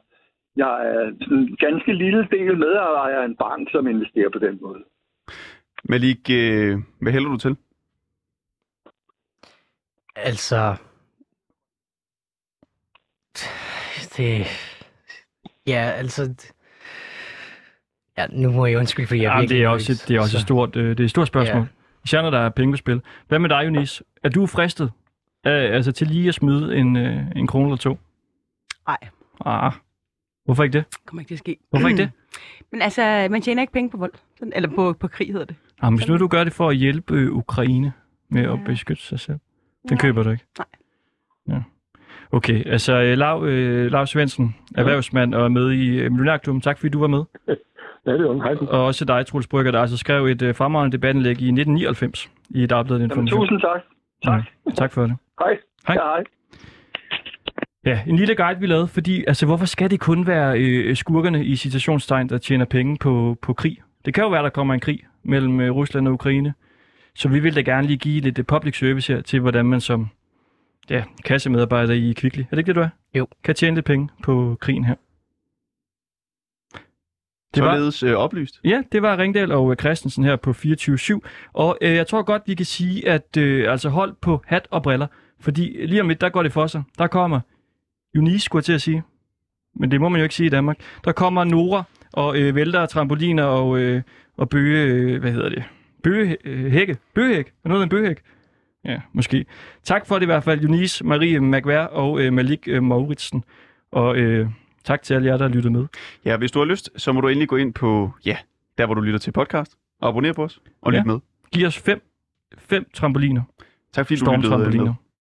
K: jeg er sådan en ganske lille del medejer af en bank, som investerer på den måde.
C: Malik, øh, hvad hælder du til?
E: Altså... Det... Ja, altså... Ja, nu må jeg undskylde, fordi jeg
A: Jamen,
E: virkelig
A: det er
E: ikke-
A: også, et- det er også et
E: så-
A: stort, øh, det er et stort spørgsmål.
E: Ja.
A: Ja. Især når der er penge på spil. Hvad med dig, Jonis? Er du fristet af, altså, til lige at smide en, øh, en krone eller to?
B: Nej.
A: Ah, hvorfor ikke det?
B: kommer ikke til at ske.
A: Hvorfor ikke det?
B: Men altså, man tjener ikke penge på vold. Sådan, eller på, på krig hedder det.
A: Jamen, Ah, hvis nu du gør det for at hjælpe øh, Ukraine med at beskytte sig selv, den køber du ikke?
B: Nej.
A: Ja. Okay, altså øh, Lav, øh, Lav Svendsen, erhvervsmand og er med i øh, Millionærklubben. Tak fordi du var med.
J: Ja, det er jo en hej.
A: Og også dig, Troels Brygger, der altså skrev et øh, fremragende debatindlæg i 1999 i Dagbladet
K: Jamen,
A: Information.
K: tusind tak.
A: tak. Ja, tak for det.
K: Hej.
A: Hej.
K: Ja, hej.
A: Ja, en lille guide, vi lavede, fordi altså, hvorfor skal det kun være øh, skurkerne i citationstegn, der tjener penge på, på krig? Det kan jo være, der kommer en krig mellem øh, Rusland og Ukraine. Så vi vil da gerne lige give lidt øh, public service her til, hvordan man som ja, kassemedarbejder i Kvickly, er det ikke det, du er?
E: Jo.
A: Kan tjene lidt penge på krigen her.
C: Det
A: Det
C: var...
A: var-
C: Således øh, oplyst.
A: Ja, det var Ringdal og øh, Christensen her på 24-7. Og øh, jeg tror godt, vi kan sige, at øh, altså hold på hat og briller. Fordi lige om lidt, der går det for sig. Der kommer Eunice, skulle jeg til at sige. Men det må man jo ikke sige i Danmark. Der kommer Nora og øh, vælter trampoliner og, øh, og bøge... Øh, hvad hedder det? Bøge, øh, hække. Bøgehæk. Er noget af en bøgehæk? Ja, måske. Tak for det i hvert fald, Eunice, Marie Magvær og øh, Malik øh, Mauritsen. Og øh, tak til alle jer, der har lyttet med.
C: Ja, hvis du har lyst, så må du endelig gå ind på, ja, der hvor du lytter til podcast, og abonnere på os, og lyt
A: Ja.
C: med.
A: Giv os fem, fem trampoliner.
C: Tak fordi du lyttede med.
A: Stormtrampoliner.